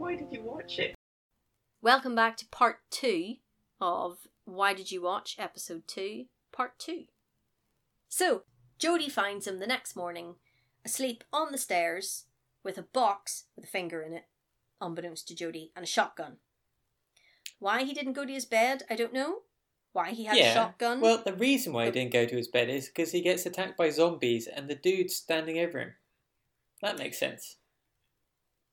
watch it. Welcome back to part two of Why Did You Watch? Episode two, part two. So, Jodie finds him the next morning, asleep on the stairs, with a box with a finger in it, unbeknownst to Jodie, and a shotgun. Why he didn't go to his bed, I don't know. Why he had a shotgun. Well, the reason why he didn't go to his bed is because he gets attacked by zombies and the dude's standing over him. That makes sense.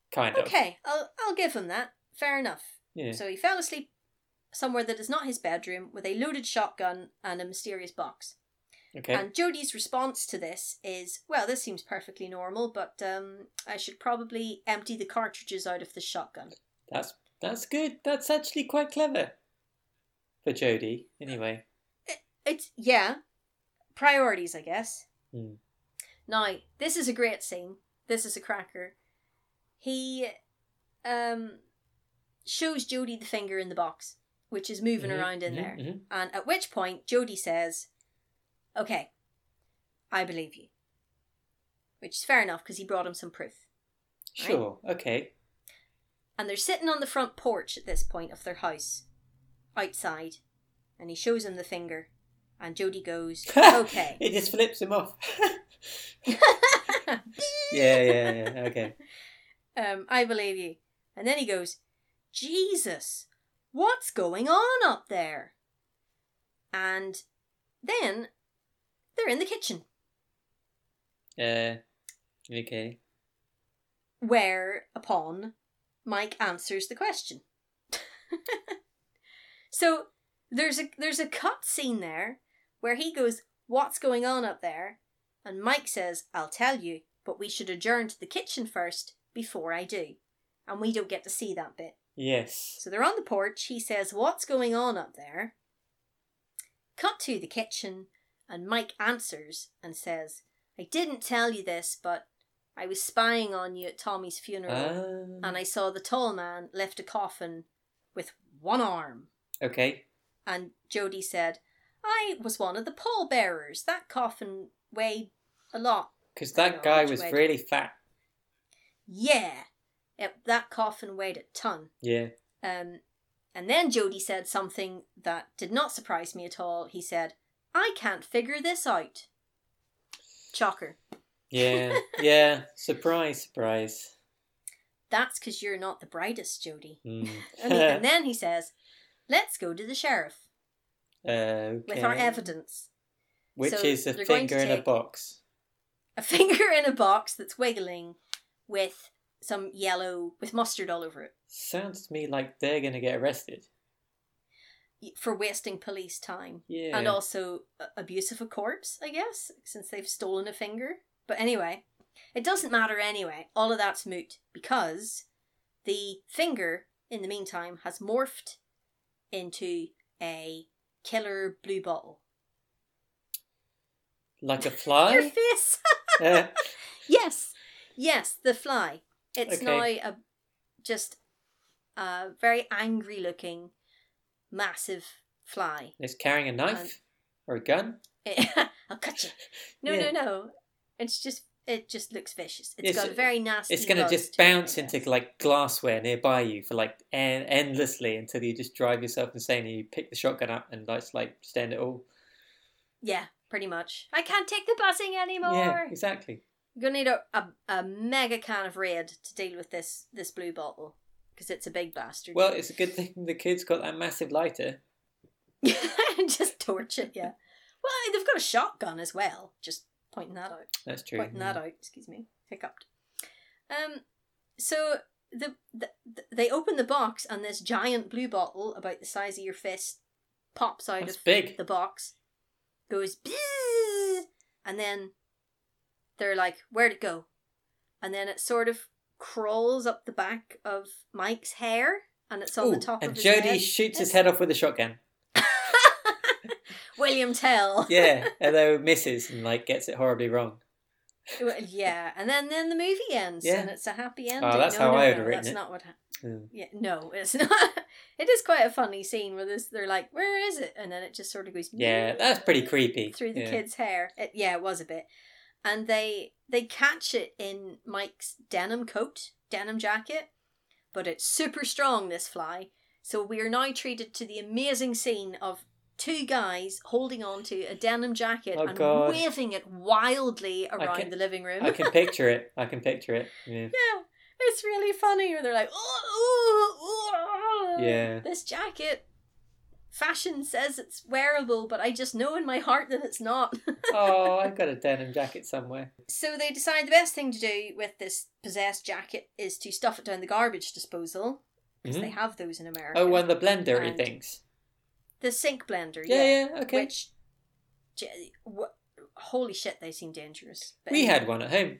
Kind of. okay, I'll, I'll give him that. Fair enough. Yeah. So he fell asleep somewhere that is not his bedroom with a loaded shotgun and a mysterious box. okay. And Jodie's response to this is, well, this seems perfectly normal, but um, I should probably empty the cartridges out of the shotgun. That's that's good. That's actually quite clever. For Jodie, anyway. It's, yeah, priorities, I guess. Hmm. Now, this is a great scene. This is a cracker. He um, shows Jodie the finger in the box, which is moving Mhm, around in mhm, there. mhm. And at which point, Jodie says, Okay, I believe you. Which is fair enough because he brought him some proof. Right. Sure. Okay. And they're sitting on the front porch at this point of their house, outside. And he shows him the finger. And Jodie goes, Okay. it just flips him off. yeah, yeah, yeah. Okay. um, I believe you. And then he goes, Jesus, what's going on up there? And then they're in the kitchen Uh, okay. whereupon Mike answers the question. so there's a there's a cut scene there where he goes, "What's going on up there?" and Mike says, "I'll tell you, but we should adjourn to the kitchen first before I do." And we don't get to see that bit. Yes. So they're on the porch. He says, What's going on up there? Cut to the kitchen, and Mike answers and says, I didn't tell you this, but I was spying on you at Tommy's funeral, Um, and I saw the tall man lift a coffin with one arm. okay. And Jody said, I was one of the pallbearers. That coffin weighed a lot. I Because know, that guy which was way- really fat. Yeah, it, that coffin weighed a ton. Yeah. Um, and then Jody said something that did not surprise me at all. He said, "I can't figure this out." Shocker. Yeah. yeah. Surprise, surprise. That's because you're not the brightest, Jody. Mm. And, he- and then he says, "Let's go to the sheriff okay. with our evidence. Which so is a they're going to finger in a take- box. A finger in a box that's wiggling, with some yellow with mustard all over it Sounds to me like they're going to get arrested. for wasting police time." Yeah. and also uh, abuse of a corpse, I guess, since they've stolen a finger. But anyway, it doesn't matter anyway. All of that's moot because the finger, in the meantime, has morphed into a killer blue bottle. like a Your fly? face! Uh, yes, yes, the fly. It's Okay. now a just a very angry looking, massive fly. it's carrying a knife or a gun. I'll cut you. No, Yeah. no, no. It's just it just looks vicious. It's- it's got a very nasty. It's going to buzz just to it, I bounce into guess. like glassware nearby you for like en- endlessly until you just drive yourself insane and you pick the shotgun up and like, just, like stand it all. Yeah, pretty much. I can't take the buzzing anymore. Yeah, exactly. I'm gonna need a, a a mega can of red to deal with this this blue bottle because it's a big bastard. Well, it's a good thing the kid's got that massive lighter. just torch it. Yeah. Well, they've got a shotgun as well. Just pointing that out. That's true. Hmm. Pointing that out. Excuse me. Hiccuped. Um. So the, the the- they open the box and this giant blue bottle about the size of your fist pops out That's of big. the box, goes "Bzzz," and then they're like, "Where'd it go?" And then it sort of crawls up the back of Mike's hair, and it's on Ooh, the top and of his Jody head. shoots his head off with a shotgun. William Tell. Yeah, although misses and like gets it horribly wrong. Well, yeah, and then then the movie ends, Yeah. Oh, and it's a happy ending. that's no, how no, I no, would've written that's it. not what. hap- Yeah. yeah, no, it's not. it is quite a funny scene where this they're like, "Where is it?" and then it just sort of goes. Yeah, that's pretty creepy. Through the yeah. kid's hair, it, yeah, it was a bit, and they they catch it in Mike's denim coat, denim jacket, but it's super strong, this fly. So we are now treated to the amazing scene of two guys holding on to a denim jacket Oh, and God. waving it wildly around can- the living room. I can picture it. I can picture it. Yeah. yeah, it's really funny. Or they're like, oh, ooh, ooh, Yeah. this jacket. Fashion says it's wearable, but I just know in my heart that it's not. Oh, I've got a denim jacket somewhere. Oh, So they decide the best thing to do with this possessed jacket is to stuff it down the garbage disposal because Mhm. they have those in America. Oh, and the blendery And- things. the sink blender. Yeah, yeah, okay. Which, j- wha- holy shit, they seem dangerous. But we anyway. had one at home.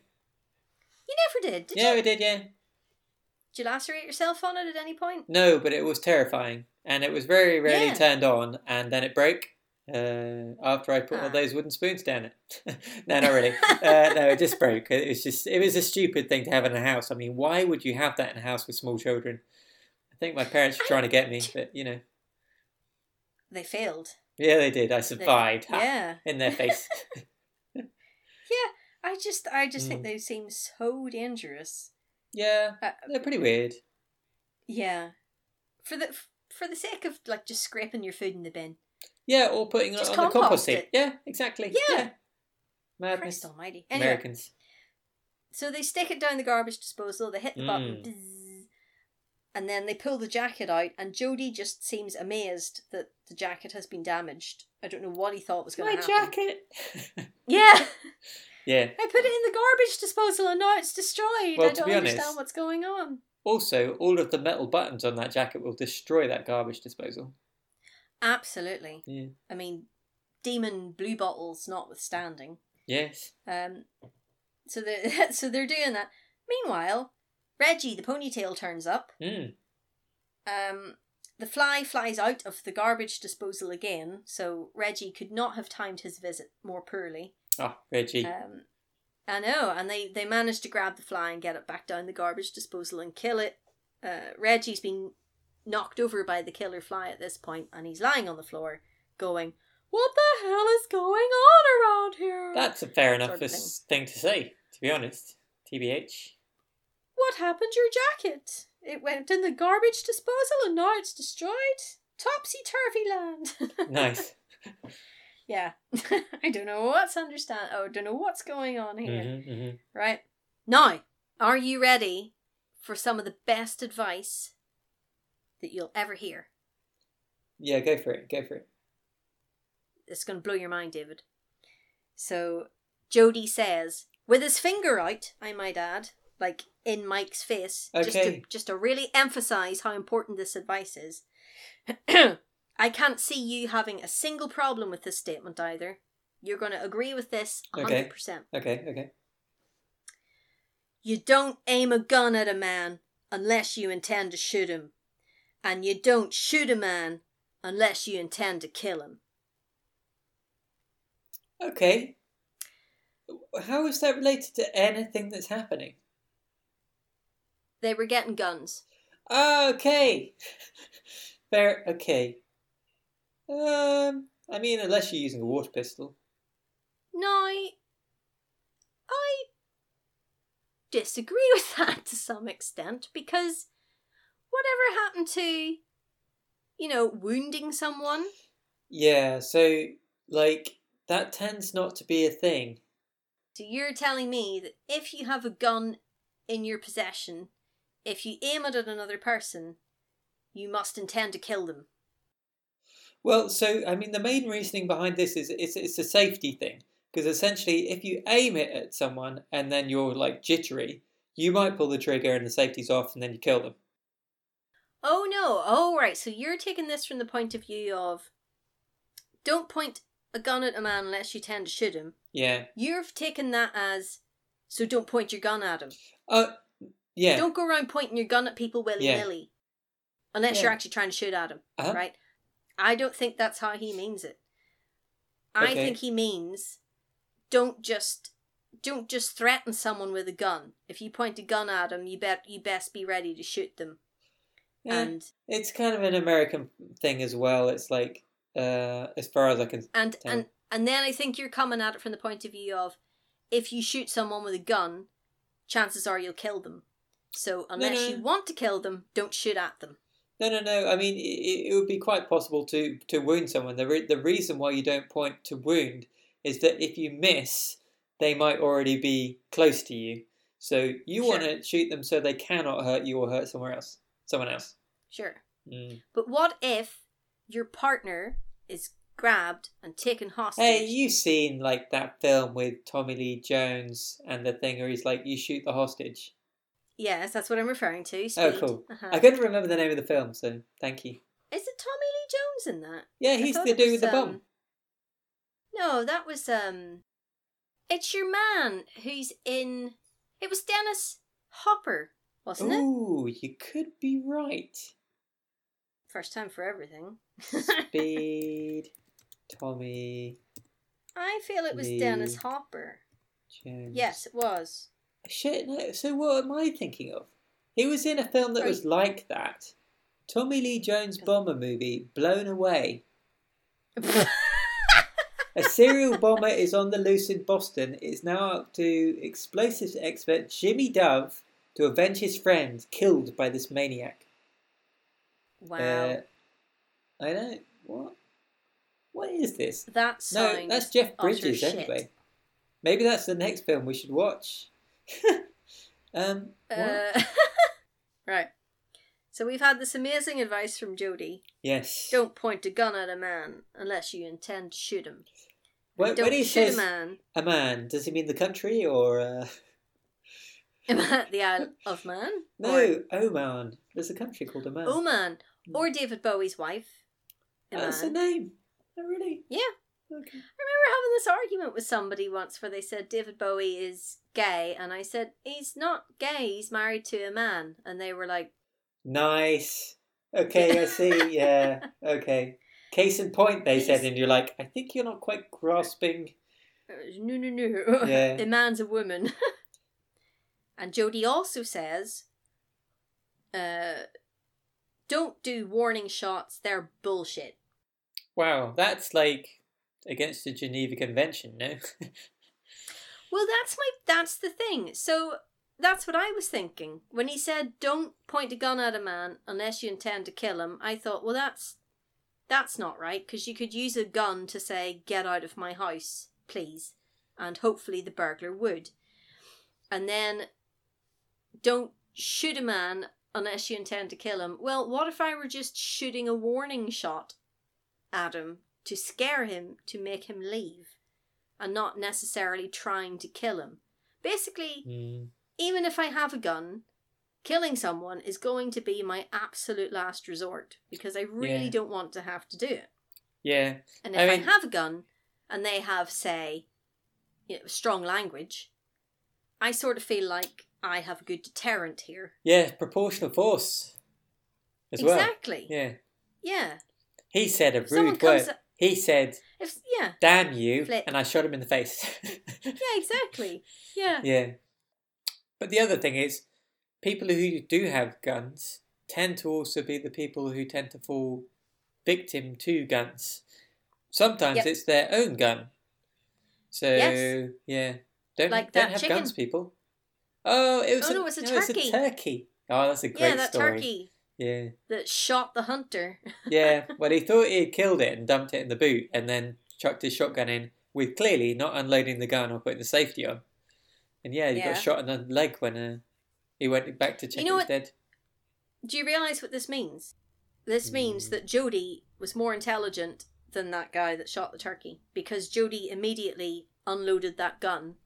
You never did, did yeah, you? we did, yeah. Did you lacerate yourself on it at any point? No, but it was terrifying. And it was very rarely Yeah. turned on, and then it broke uh, after I put Ah. all those wooden spoons down it. no, not really. uh, no, it just broke. It was just, it was a stupid thing to have in a house. I mean, why would you have that in a house with small children? I think my parents were trying to get me, but you know. They failed. Yeah, they did. I survived. Ha, Yeah. In their face. I just, I just Mm. think they seem so dangerous. yeah, Uh, they're pretty weird. yeah. For the for the sake of like just scraping your food in the bin. Yeah, or putting it Just on the compost compost heap. it. Yeah, exactly. Yeah. Madness. Christ Almighty. Anyway, Americans. so they stick it down the garbage disposal. They hit the button. Mm. bzzz, And then they pull the jacket out, and Jody just seems amazed that the jacket has been damaged. I don't know what he thought was going My to happen. jacket. Yeah. yeah. I put it in the garbage disposal and now it's destroyed. Well, I to don't be honest- understand what's going on. Also, all of the metal buttons on that jacket will destroy that garbage disposal. Absolutely. Yeah. I mean, demon blue bottles notwithstanding. Yes. Um, so they're so they're doing that. Meanwhile, Reggie the ponytail turns up. Mm. Um, the fly flies out of the garbage disposal again, so Reggie could not have timed his visit more poorly. Oh, Reggie. Um, I know, and they they managed to grab the fly and get it back down the garbage disposal and kill it. Uh, Reggie's been knocked over by the killer fly at this point, and he's lying on the floor, going, "What the hell is going on around here? That's a fair enough sort of thing. thing to say, to be honest. TBH. what happened to your jacket? It went in the garbage disposal, and now it's destroyed. Topsy turvy land." Nice. yeah, I don't know what's understand. Oh, don't know what's going on here. hmm hmm Right. Now, are you ready for some of the best advice that you'll ever hear? Yeah, go for it. Go for it. It's going to blow your mind, David. So, Jody says, with his finger out, I might add, like in Mike's face, just, to, Okay. just to really emphasize how important this advice is. I can't see you having a single problem with this statement either. You're going to agree with this a 100%. Okay. Okay, okay. You don't aim a gun at a man unless you intend to shoot him. And you don't shoot a man unless you intend to kill him. Okay. How is that related to anything that's happening? They were getting guns. Okay. Fair. Okay. Um, I mean, unless you're using a water pistol. No, I disagree with that to some extent because whatever happened to, you know, wounding someone? Yeah. So, like, that tends not to be a thing. So you're telling me that if you have a gun in your possession, if you aim it at another person, you must intend to kill them. Well, so I mean, the main reasoning behind this is it's it's a safety thing because essentially, if you aim it at someone and then you're like jittery, you might pull the trigger and the safety's off, and then you kill them. Oh no. Oh right. So you're taking this from the point of view of don't point a gun at a man unless you tend to shoot him. Yeah. You've taken that as so don't point your gun at him. Uh. Yeah. Don't go around pointing your gun at people willy Yeah. nilly. Unless you're Yeah. actually trying to shoot at him. Uh-huh. Right? I don't think that's how he means it. I Okay. think he means don't just don't just threaten someone with a gun. If you point a gun at them, you bet you best be ready to shoot them. Yeah. And Eh, It's kind of an American thing as well. It's like, uh, as far as I can. And Damn. and and then I think you're coming at it from the point of view of if you shoot someone with a gun, chances are you'll kill them. So unless no. you want to kill them, don't shoot at them. No, no, no. I mean, it, it would be quite possible to, to wound someone. The, re- the reason why you don't point to wound is that if you miss, they might already be close to you. So you Sure. want to shoot them so they cannot hurt you or hurt somewhere else, someone else. Sure. Mm. But what if your partner is grabbed and taken hostage? Hey, you've seen like that film with Tommy Lee Jones and the thing where he's like, you shoot the hostage. Yes, that's what I'm referring to. Speed. Oh, cool. Uh-huh. I couldn't remember the name of the film, so thank you. Is it Tommy Lee Jones in that? Yeah, I he's thought the it dude was, with the bomb. um, No, that was um It's your man who's in it was Dennis Hopper, wasn't it? Ooh, you could be right. First time for everything. Speed, Tommy I feel it was Lee. Dennis Hopper. Jones. Yes, it was. Shit, no. So what am I thinking of? He was in a film that was like that. Tommy Lee Jones bomber movie, Blown Away. A serial bomber is on the loose in Boston. It's now up to explosives expert Jimmy Dove to avenge his friend killed by this maniac. wow. Uh, I know. What? What is this? that sounds No, that's Jeff utter Bridges shit. anyway. Maybe that's the next film we should watch. um, what? Uh, right. So we've had this amazing advice from Jody. yes. Don't point a gun at a man unless you intend to shoot him. When, Don't when he shoot says a man. a man, does he mean the country or uh, the Isle of Man. Or no? Oman. There's a country called Oman. Oman. Or David Bowie's wife. Iman. That's the name. Oh, really? Yeah. I Okay. remember having this argument with somebody once where they said David Bowie is gay, and I said, he's not gay, he's married to a man. And they were like, Nice. Okay, I see. Yeah. Okay. Case in point, they said, He's- and you're like, I think you're not quite grasping. "Uh, no, no, no, Yeah. a man's a woman. and Jodie also says, uh, don't do warning shots, they're bullshit. Wow, that's like against the Geneva Convention, no? Well, that's my that's the thing. So that's what I was thinking when he said, "Don't point a gun at a man unless you intend to kill him." I thought, well, that's that's not right because you could use a gun to say, "Get out of my house, please," and hopefully the burglar would. And then, don't shoot a man unless you intend to kill him. Well, what if I were just shooting a warning shot at him to scare him to make him leave? and not necessarily trying to kill him. Basically, Hmm. even if I have a gun, killing someone is going to be my absolute last resort because I really Yeah. don't want to have to do it. Yeah. And if I I, mean- have a gun and they have, say, you know, strong language, I sort of feel like I have a good deterrent here. Yeah, proportional force as well. exactly. Yeah. Yeah. He said a If someone rude comes word. up- He said, If yeah. damn you, Flip. and I shot him in the face. Yeah, exactly. Yeah. yeah. But the other thing is, people who do have guns tend to also be the people who tend to fall victim to guns. Sometimes Yep. it's their own gun. So, Yes. yeah. Don't, Like don't that have chicken. guns, people. Oh, it was Oh, a, no, it's a turkey. turkey. Oh, that's a great yeah, that story. turkey Yeah. that shot the hunter. Yeah, well, he thought he had killed it and dumped it in the boot and then chucked his shotgun in with clearly not unloading the gun or putting the safety on. And yeah, he Yeah. got shot in the leg when uh, he went back to check You know he was what- dead. Do you realise what this means? This means Mm. that Jody was more intelligent than that guy that shot the turkey because Jody immediately unloaded that gun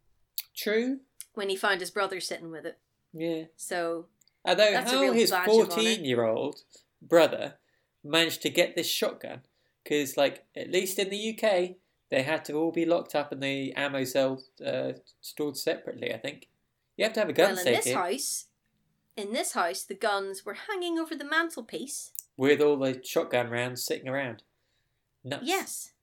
True. when he found his brother sitting with it. Yeah. So Although That's a how real his badge of honour. 14 year old brother managed to get this shotgun, because like at least in the UK they had to all be locked up and the ammo cell uh, stored separately. I think you have to have a gun well, in safe this here house, in this house, the guns were hanging over the mantelpiece. with all the shotgun rounds sitting around. Nuts. Yes,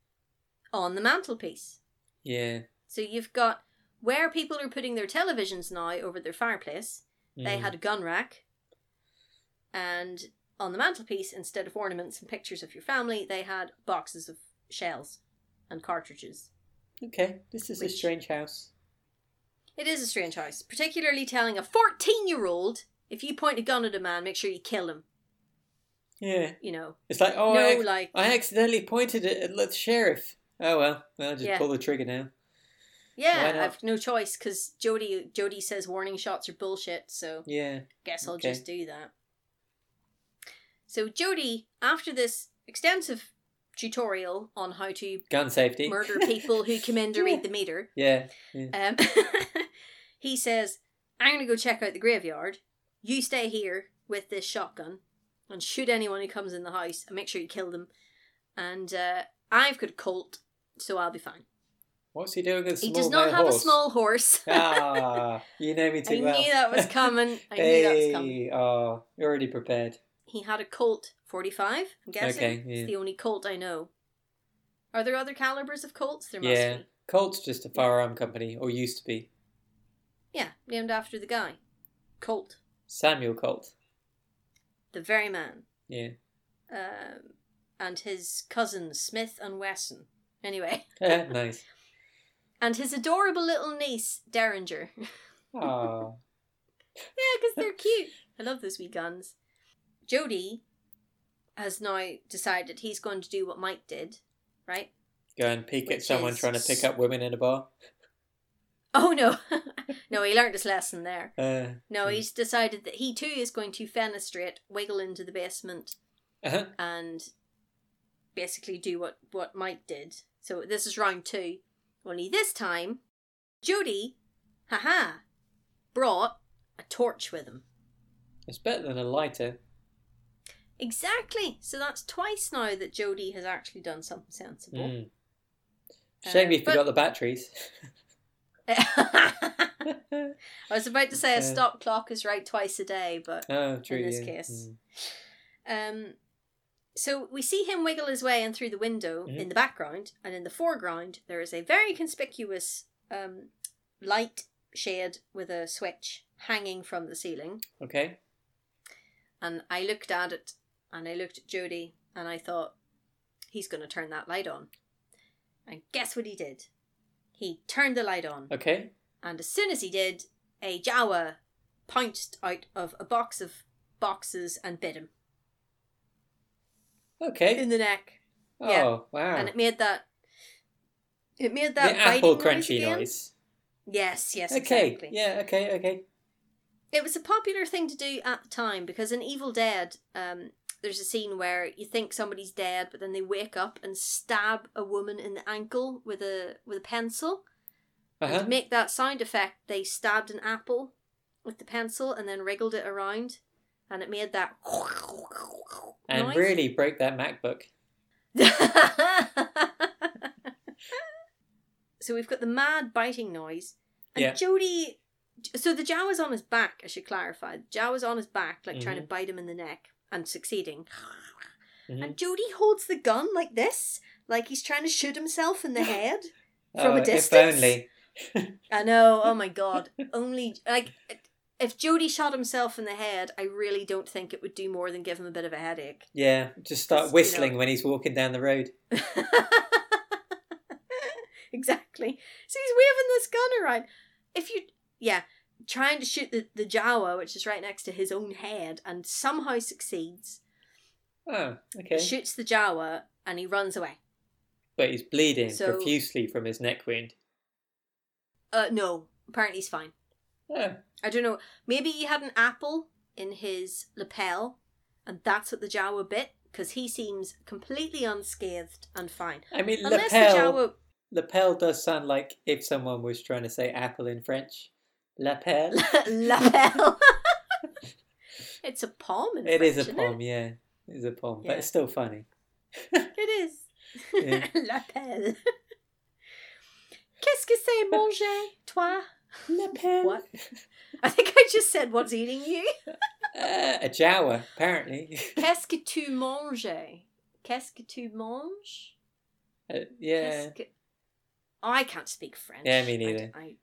on the mantelpiece. Yeah. So you've got where people are putting their televisions now over their fireplace. They Mm. had a gun rack, and on the mantelpiece, instead of ornaments and pictures of your family, they had boxes of shells and cartridges. Okay, this is a Which- strange house. It is a strange house, particularly telling a 14 year old If you point a gun at a man, make sure you kill him. Yeah. You know, It's like, oh, no, I, like I accidentally pointed it at the sheriff. Oh, well. Well, just Yeah. pull the trigger now. why yeah, not? I've no choice because Jody Jody says warning shots are bullshit. So Yeah. guess I'll Okay. just do that. So Jody, after this extensive tutorial on how to Gun safety. murder people who come in to read the meter, yeah. Um, he says, I'm going to go check out the graveyard. You stay here with this shotgun and shoot anyone who comes in the house and make sure you kill them. And uh, I've got a colt, so I'll be fine. What's he doing with a small he does not male have a horse? small horse. ah, you know me too I well. knew that was coming. I knew that was coming. Hey, oh, you're already prepared. He had a colt 45, I'm guessing. Okay, yeah. It's the only colt I know. Are there other calibers of colts? There Yeah. must be. Colt's just a firearm company, or used to be. Yeah, named after the guy. Colt, Samuel Colt. the very man. Yeah. um, and his cousins Smith and Wesson. Anyway, Yeah, nice. and his adorable little niece Derringer. yeah, Oh, because they're cute. I love those wee guns. Jody has now decided he's going to do what Mike did, right? go and peek at Which someone is trying to pick up women in a bar. Oh no, no, he learned his lesson there. Uh, No, Hmm. he's decided that he too is going to fenestrate, wiggle into the basement, uh-huh. and basically do what what Mike did. So this is round two. Only this time, Jody, haha, brought a torch with him. It's better than a lighter. Exactly. So that's twice now that Jody has actually done something sensible. Mm. Shame Uh, you but- forgot the batteries. I was about to say a Yeah. stop clock is right twice a day, but oh, true. this yeah. case. Mm. Um, so we see him wiggle his way in through the window Mhm. in the background, and in the foreground there is a very conspicuous um, light shade with a switch hanging from the ceiling. Okay. And I looked at it, and I looked at Jody, and I thought, he's going to turn that light on. And guess what he did? He turned the light on, Okay. and as soon as he did, a Jawa pounced out of a box of boxes and bit him Okay. in the neck. Oh, yeah. wow. and it made that it made that the apple biting noise crunchy again. noise. Yes, yes, okay. exactly. Yeah, okay, okay. It was a popular thing to do at the time because in Evil Dead, um, there's a scene where you think somebody's dead, but then they wake up and stab a woman in the ankle with a with a pencil. And Uh-huh. to make that sound effect, they stabbed an apple with the pencil and then wriggled it around, and it made that. And noise. really break that MacBook. so we've got the mad biting noise. And Yeah. Jody. So the Jawa's on his back, I should clarify. The Jawa's on his back, like trying to bite him in the neck and succeeding. Mhm. And Jody holds the gun like this, like he's trying to shoot himself in the head. From oh, a If distance? only. I know, oh my god. Only. Like, if Jody shot himself in the head, I really don't think it would do more than give him a bit of a headache. Yeah, just Just, start you know. whistling when he's walking down the road. exactly. So he's waving this gun around. If you, yeah, trying to shoot the, the Jawa, which is right next to his own head, and somehow succeeds, Oh, okay. shoots the Jawa, and he runs away. But he's bleeding So- profusely from his neck wound. Uh, no, apparently he's fine. Oh, I don't know. Maybe he had an apple in his lapel, and that's what the Jawa bit, because he seems completely unscathed and fine. I mean, Unless the lapel. Jawa. Lapel does sound like if someone was trying to say apple in French. Lapel. lapel. it's a palm. In it French, is a isn't it? pom, yeah. It is a pom, Yeah. but it's still funny. It is. Yeah. L'appel. Qu'est-ce que c'est manger, toi? Lapel. What? I think I just said what's eating you. Uh, a Jawa, apparently. Qu'est-ce que tu manges? Qu'est-ce que tu manges? Uh, yeah. Qu'est-ce que- Oh, I can't speak French. Yeah, me I- neither. I-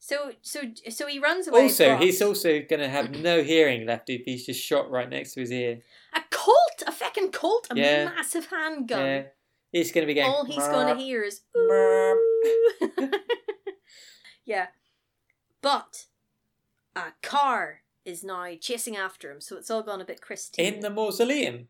So, so, so he runs away. Also, but- he's also going to have no hearing left if he's just shot right next to his ear. a Colt, a fucking Colt, a Yeah. massive handgun. Yeah. He's going to be going. All he's going to hear is Merp. "Ooh." yeah. But a car is now chasing after him, so it's all gone a bit Christian. In the mausoleum.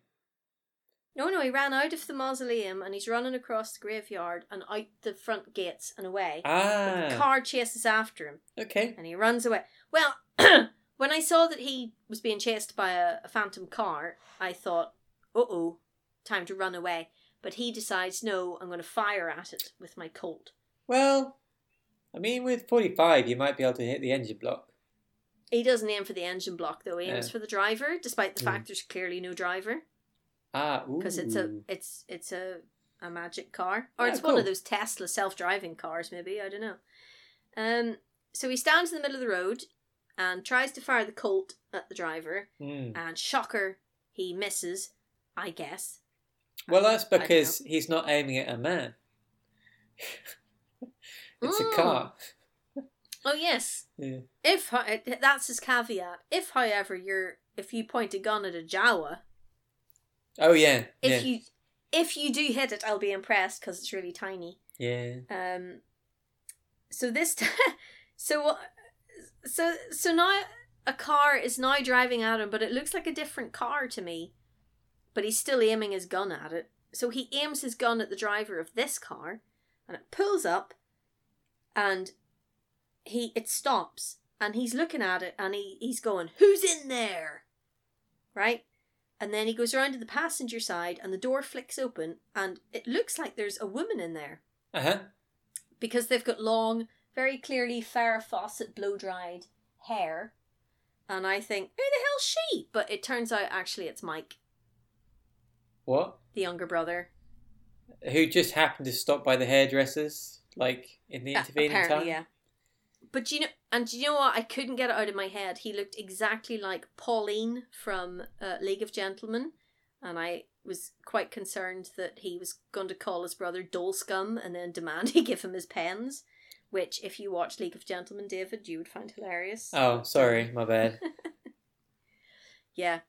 No, no, he ran out of the mausoleum and he's running across the graveyard and out the front gates and away. But The Ah. car chases after him Okay. and he runs away. Well, when I saw that he was being chased by a, a phantom car, I thought, uh oh, time to run away. But he decides, no, I'm going to fire at it with my Colt. Well, I mean, with 45, you might be able to hit the engine block. He doesn't aim for the engine block though, he aims Yeah. for the driver, despite the Mm. fact there's clearly no driver. Ah, ooh. because it's a it's it's a a magic car or Yeah, it's one cool. of those Tesla self-driving cars maybe I don't know. Um so he stands in the middle of the road and tries to fire the Colt at the driver Hmm. and shocker he misses I guess. Um, Well, that's I don't because he's not aiming at a man. it's Mm. a car. Oh yes. Yeah. If ho- that's his caveat. If however you're if you point a gun at a Jawa, Oh, yeah. if yeah. you if you do hit it I'll be impressed cuz it's really tiny. yeah. Um, so this, t- so what? So so now a car is now driving at him, but it looks like a different car to me. But he's still aiming his gun at it. So he aims his gun at the driver of this car, and it pulls up, and he it stops, and he's looking at it, and he he's going, "Who's in there?" Right. And then he goes around to the passenger side, and the door flicks open, and it looks like there's a woman in there Uh huh. because they've got long, very clearly Farrah Fawcett blow dried hair. And I think, who the hell's she? But it turns out actually it's Mike, What? the younger brother. Who just happened to stop by the hairdressers, like in the Yeah, intervening time? Uh, yeah. But do you know, and do you know what? I couldn't get it out of my head. He looked exactly like Pauline from uh, League of Gentlemen, and I was quite concerned that he was going to call his brother Dole Scum and then demand he give him his pens, which, if you watch League of Gentlemen, David, you would find hilarious. Oh, sorry, my bad. Yeah.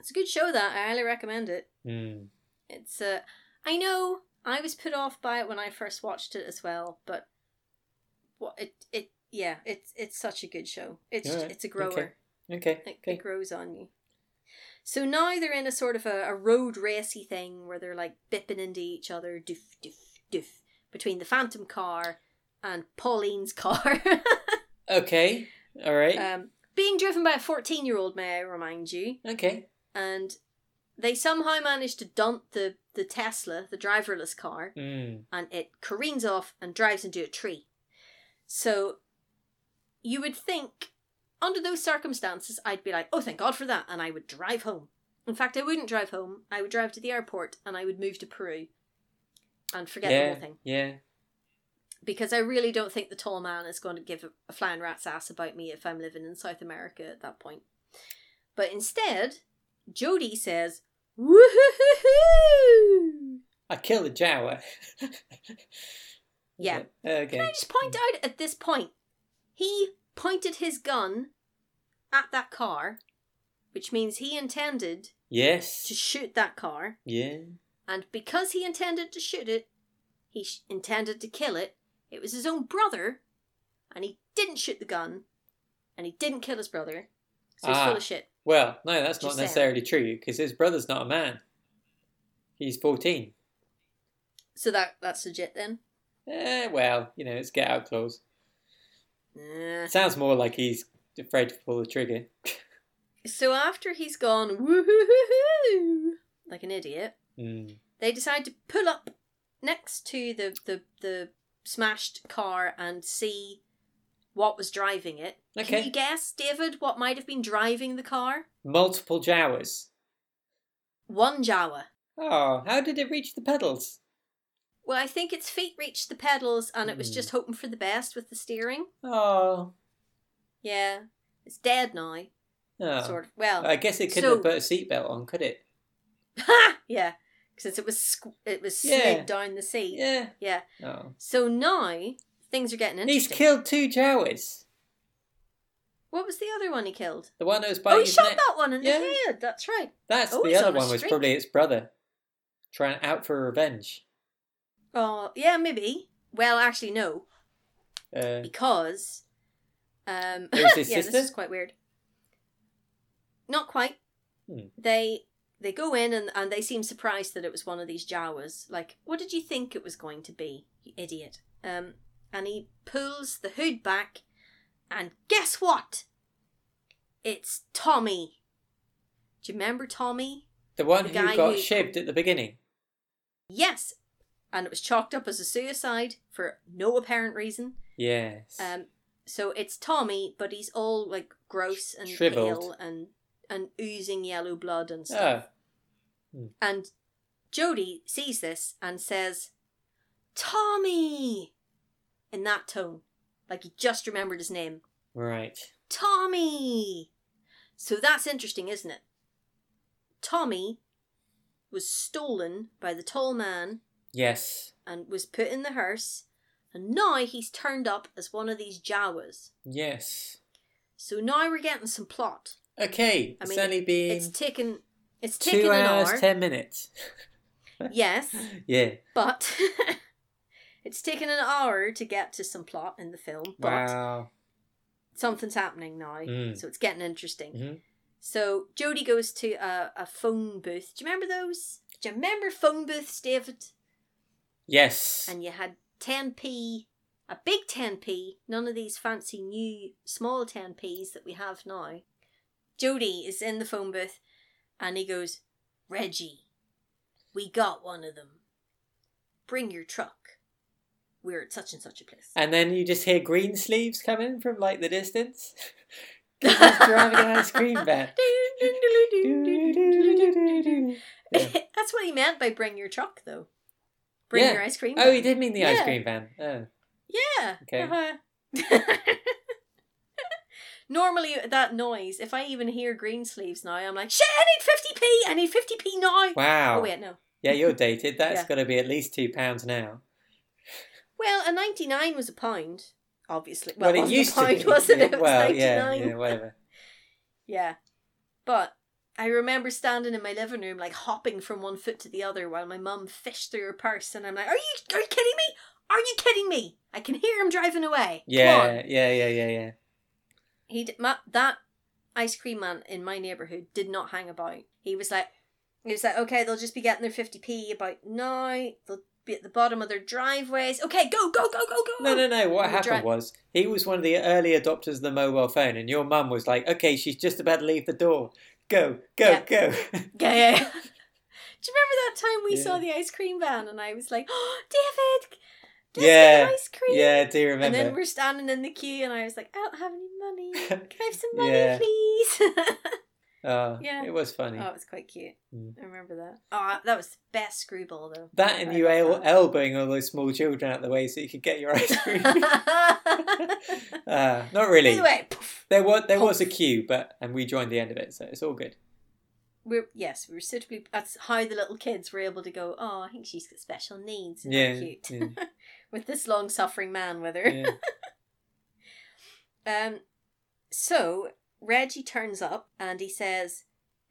It's a good show that. I highly recommend it. Hmm. It's uh I know I was put off by it when I first watched it as well, but what it it yeah, it's it's such a good show. It's Alright, it's a grower. Okay. It, Okay. it grows on you. So now they're in a sort of a, a road racy thing where they're like bipping into each other, doof doof doof, between the phantom car and Pauline's car. Okay. All right. um being driven by a 14 year old, may I remind you. okay. and they somehow manage to dunt the, the Tesla, the driverless car, Hmm. and it careens off and drives into a tree. So you would think, under those circumstances, I'd be like, oh, thank God for that, and I would drive home. In fact, I wouldn't drive home, I would drive to the airport and I would move to Peru and forget the yeah. whole thing. Yeah. Because I really don't think the tall man is going to give a, a flying rat's ass about me if I'm living in South America at that point. But instead, Jody says, Woohoo! I killed a Jawa. Yeah. Okay. Can I just point out at this point, he pointed his gun at that car, which means he intended Yes. to shoot that car, Yeah. and because he intended to shoot it, he sh- intended to kill it. It was his own brother, and he didn't shoot the gun, and he didn't kill his brother, so he's Ah. full of shit. Well, no, that's Just not saying. necessarily true because his brother's not a man. He's 14. So that that's legit then. Eh, well, you know, it's get out clause. Nah. Sounds more like he's afraid to pull the trigger. So after he's gone woohoo like an idiot, Mm. they decide to pull up next to the, the, the smashed car and see what was driving it. Can Okay. you guess, David, what might have been driving the car? Multiple Jawas. One Jawa. Oh, how did it reach the pedals? Well, I think its feet reached the pedals and it was Hmm. just hoping for the best with the steering. Oh. Yeah. It's dead now. oh. Sort of. Well, I guess it couldn't So- have put a seatbelt on, could it? yeah. Since it was squ- it was slid Yeah. down the seat. Yeah. Yeah. Oh. So now things are getting He's interesting. killed two Jawas. What was the other one he killed? The one that was biting Oh, he his shot neck. that one in Yeah. the head. That's right. That's Oh, the he's other on a one was streak. probably its brother, trying out for revenge. Oh, yeah, maybe. Well, actually, no, Uh, because um, It was his yeah, this sister? is quite weird. Not quite. Hmm. They they go in and, and they seem surprised that it was one of these Jawas. Like, what did you think it was going to be, you idiot? Um, and he pulls the hood back, and guess what? It's Tommy. Do you remember Tommy? The one The guy who got who- shivved at the beginning. Yes. And it was chalked up as a suicide for no apparent reason. Yes. Um, so it's Tommy, but he's all like gross and Shriveled. pale and and oozing yellow blood and stuff. oh, And Jody sees this and says, "Tommy," in that tone, like he just remembered his name, right. Tommy. So that's interesting, isn't it? Tommy was stolen by the tall man Yes. and was put in the hearse, and now he's turned up as one of these Jawas. Yes. So now we're getting some plot. Okay. I it's mean, only been It's taken. It's taken two an hours, hour. ten minutes. Yes, yeah. but it's taken an hour to get to some plot in the film. But Wow. something's happening now, Mm. so it's getting interesting. Mhm. So Jodie goes to a, a phone booth. Do you remember those? Do you remember phone booths, David? Yes. And you had 10p, a big 10p, none of these fancy new small 10p's that we have now. Jodie is in the phone booth and he goes, Reggie, we got one of them. Bring your truck. We're at such and such a place. And then you just hear green sleeves coming from like the distance. 'Cause he's driving an ice cream van. Yeah. That's what he meant by bring your truck, though. Bring Yeah. your ice cream. Oh, he van. did mean the Yeah. ice cream van. Oh. Yeah. Okay. Uh-huh. Normally, that noise, if I even hear green sleeves now, I'm like, shit, I need 50p! I need 50p now! Wow. Oh, wait, no. Yeah, you're dated. That's Yeah. got to be at least two pounds now. Well, a 99 was a pound, obviously. Well, it it used a pound, to be. wasn't yeah, it? It was well, 99. yeah, yeah, whatever. Yeah. But I remember standing in my living room, like hopping from one foot to the other while my mum fished through her purse and I'm like, Are you are you kidding me? Are you kidding me? I can hear him driving away. Come Yeah, on. yeah, yeah, yeah, yeah. He d- ma- that ice cream man in my neighbourhood did not hang about. He was like he was like, Okay, they'll just be getting their fifty P about now, they'll be at the bottom of their driveways. Okay, go, go, go, go, go. No, no, no. What We'll happened dri- was he was one of the early adopters of the mobile phone, and your mum was like, "Okay, she's just about to leave the door. Go, go, Yeah. go." Yeah, yeah. yeah. Do you remember that time we saw Yeah. the ice cream van and I was like, Oh, David let's Yeah, get ice cream. yeah, I do And remember. then we're standing in the queue, and I was like, I don't have any money. Can I have some money, Yeah. please? Oh, Yeah. it was funny. oh, it's quite cute. Mm. I remember that. Oh, that was the best screwball, though. That and I you el- love elbowing all those small children out the way so you could get your ice cream. that. uh, not really. Either way, poof, there was there was a poof. queue, but and we joined the end of it, so it's all good. we're yes, we were suitably. That's how the little kids were able to go. Oh, I think she's got special needs. And Yeah, yeah, cute. yeah, With this long-suffering man with her. yeah. Um, so Reggie turns up and he says,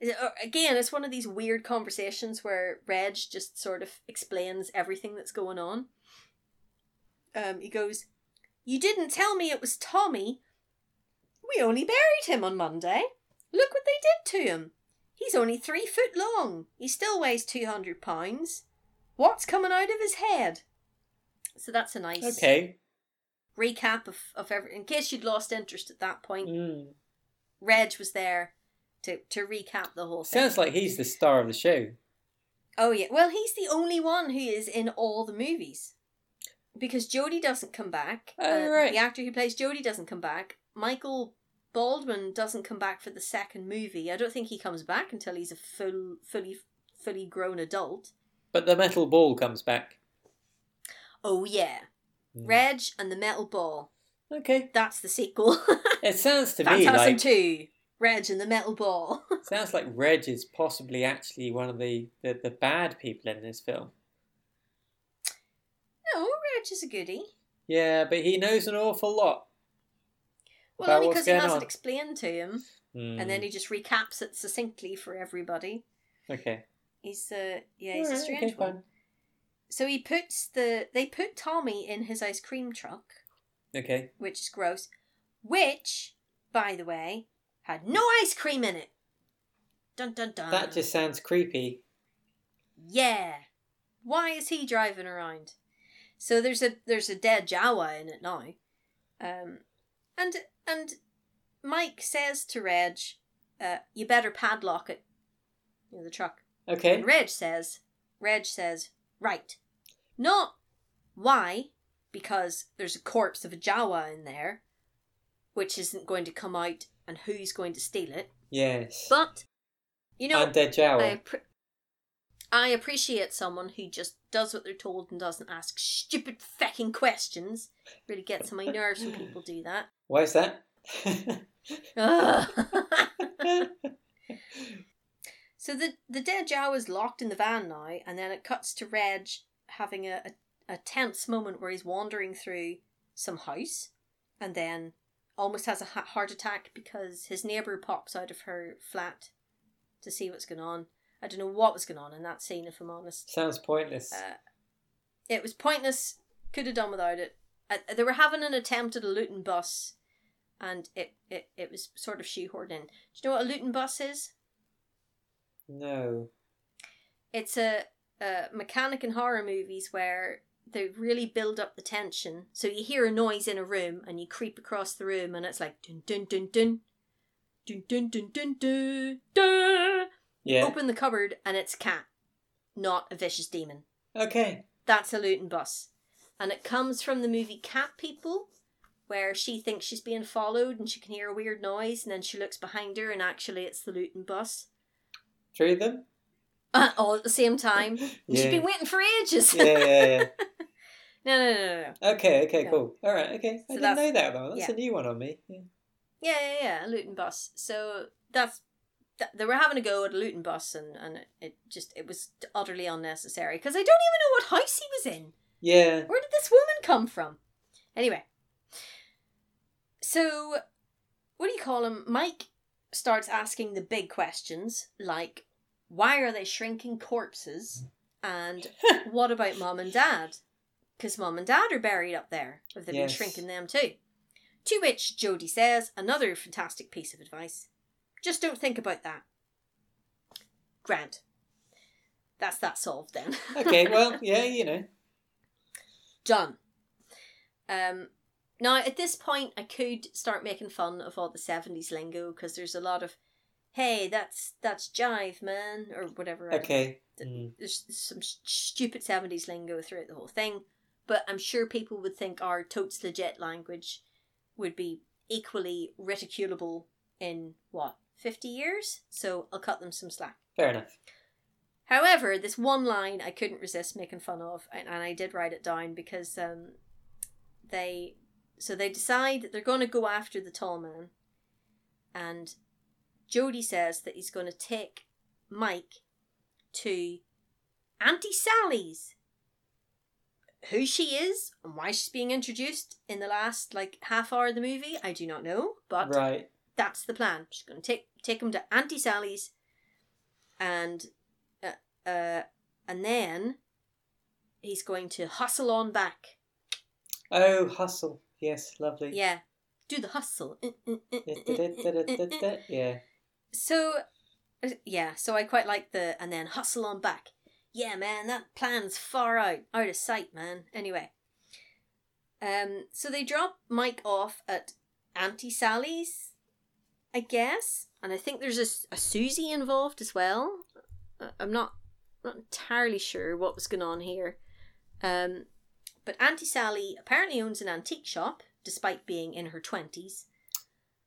uh, again, it's one of these weird conversations where Reg just sort of explains everything that's going on. Um, he goes, "You didn't tell me it was Tommy. We only buried him on Monday. Look what they did to him. He's only three foot long. He still weighs two hundred pounds. What's coming out of his head?" So that's a nice Okay. recap of, of every in case you'd lost interest at that point Mm. reg was there to to recap the whole thing Sounds like he's the star of the show. oh yeah well he's the only one who is in all the movies because jodie doesn't come back Uh, Oh, right. the actor who plays jodie doesn't come back michael baldwin doesn't come back for the second movie i don't think he comes back until he's a full fully fully grown adult But the metal ball comes back. oh yeah Mm. reg and the metal ball Okay. that's the sequel It sounds to that's me awesome like too reg and the metal ball sounds like Reg is possibly actually one of the, the, the bad people in this film. no reg is a goodie Yeah, but he knows an awful lot. Well, about only what's because he going has on. Mm. it explained to him, Hmm, and then he just recaps it succinctly for everybody. okay. He's uh, yeah, he's a Alright, strange okay, one. fine. So he puts the they put Tommy in his ice cream truck, Okay. which is gross. Which, by the way, had no ice cream in it. Dun dun dun. That just sounds creepy. Yeah. Why is he driving around? So there's a there's a dead Jawa in it now. Um and and Mike says to Reg, uh, you better padlock it. You know, the truck. Okay. And Reg says Reg says, Right. Not why, because there's a corpse of a Jawa in there, which isn't going to come out and who's going to steal it. Yes. But you know and their jowl. I, appre- I appreciate someone who just does what they're told and doesn't ask stupid fucking questions. Really gets on my nerves when people do that. Why is that? Ugh. so the the dead Jow is locked in the van now, and then it cuts to Reg having a, a, a tense moment where he's wandering through some house, and then almost has a ha- heart attack because his neighbour pops out of her flat to see what's going on. I don't know what was going on in that scene, if I'm honest. Sounds pointless. Uh, it was pointless. Could have done without it. Uh, they were having an attempt at a Luton bus, and it, it, it was sort of shoehorned in. Do you know what a Luton bus is? no. It's a, a mechanic in horror movies where they really build up the tension. So you hear a noise in a room, and you creep across the room, and it's like dun dun dun dun. Dun dun dun dun dun. dun. Yeah. Open the cupboard, and it's a cat, not a vicious demon. Okay. That's a Luton bus. And it comes from the movie Cat People, where she thinks she's being followed and she can hear a weird noise, and then she looks behind her, and actually it's the Luton bus. Three of them? all at the same time. And Yeah. She's been waiting for ages. yeah, yeah, no, no, no, no, no. yeah. Okay, okay, No. cool. All right, okay. I So didn't that's- know that one. That's yeah. a new one on me. Yeah. Yeah, yeah, yeah, a Luton bus. So that's. th- They were having a go at a Luton bus, and, and it, it just it was utterly unnecessary because I don't even know what house he was in. Yeah. Where did this woman come from? Anyway. So, what do you call him? Mike starts asking the big questions, like why are they shrinking corpses? And what about mom and dad? Because mom and dad are buried up there. Have they Yes. been shrinking them too? To which Jody says another fantastic piece of advice just don't think about that. Grant. That's that solved then. Okay, well, yeah, you know. done. Um, now at this point, I could start making fun of all the seventies lingo because there's a lot of, "Hey, that's that's jive, man," or whatever. I- Okay. Mm. There's some s- stupid seventies lingo throughout the whole thing, but I'm sure people would think our totes legit language would be equally reticulable in what fifty years. So I'll cut them some slack. Fair enough. However, this one line I couldn't resist making fun of, and, and I did write it down because um, they so they decide that they're going to go after the tall man, and Jody says that he's going to take Mike to Auntie Sally's. Who she is and why she's being introduced in the last like half hour of the movie, I do not know, but Right. that's the plan. She's going to take take him to Auntie Sally's, and uh, uh, and then he's going to hustle on back. Oh, hustle. Yes, lovely. Yeah, do the hustle. Uh, uh, uh, uh, uh, uh, uh. Da-da-da-da-da-da. Yeah. So, uh, yeah, so I quite like the and then hustle on back. Yeah, man, that plan's far out, out of sight, man. Anyway, um, so they drop Mike off at Auntie Sally's, I guess, and I think there's a, S- a Susie involved as well. Uh, I'm not not entirely sure what was going on here, um, but Auntie Sally apparently owns an antique shop, despite being in her twenties.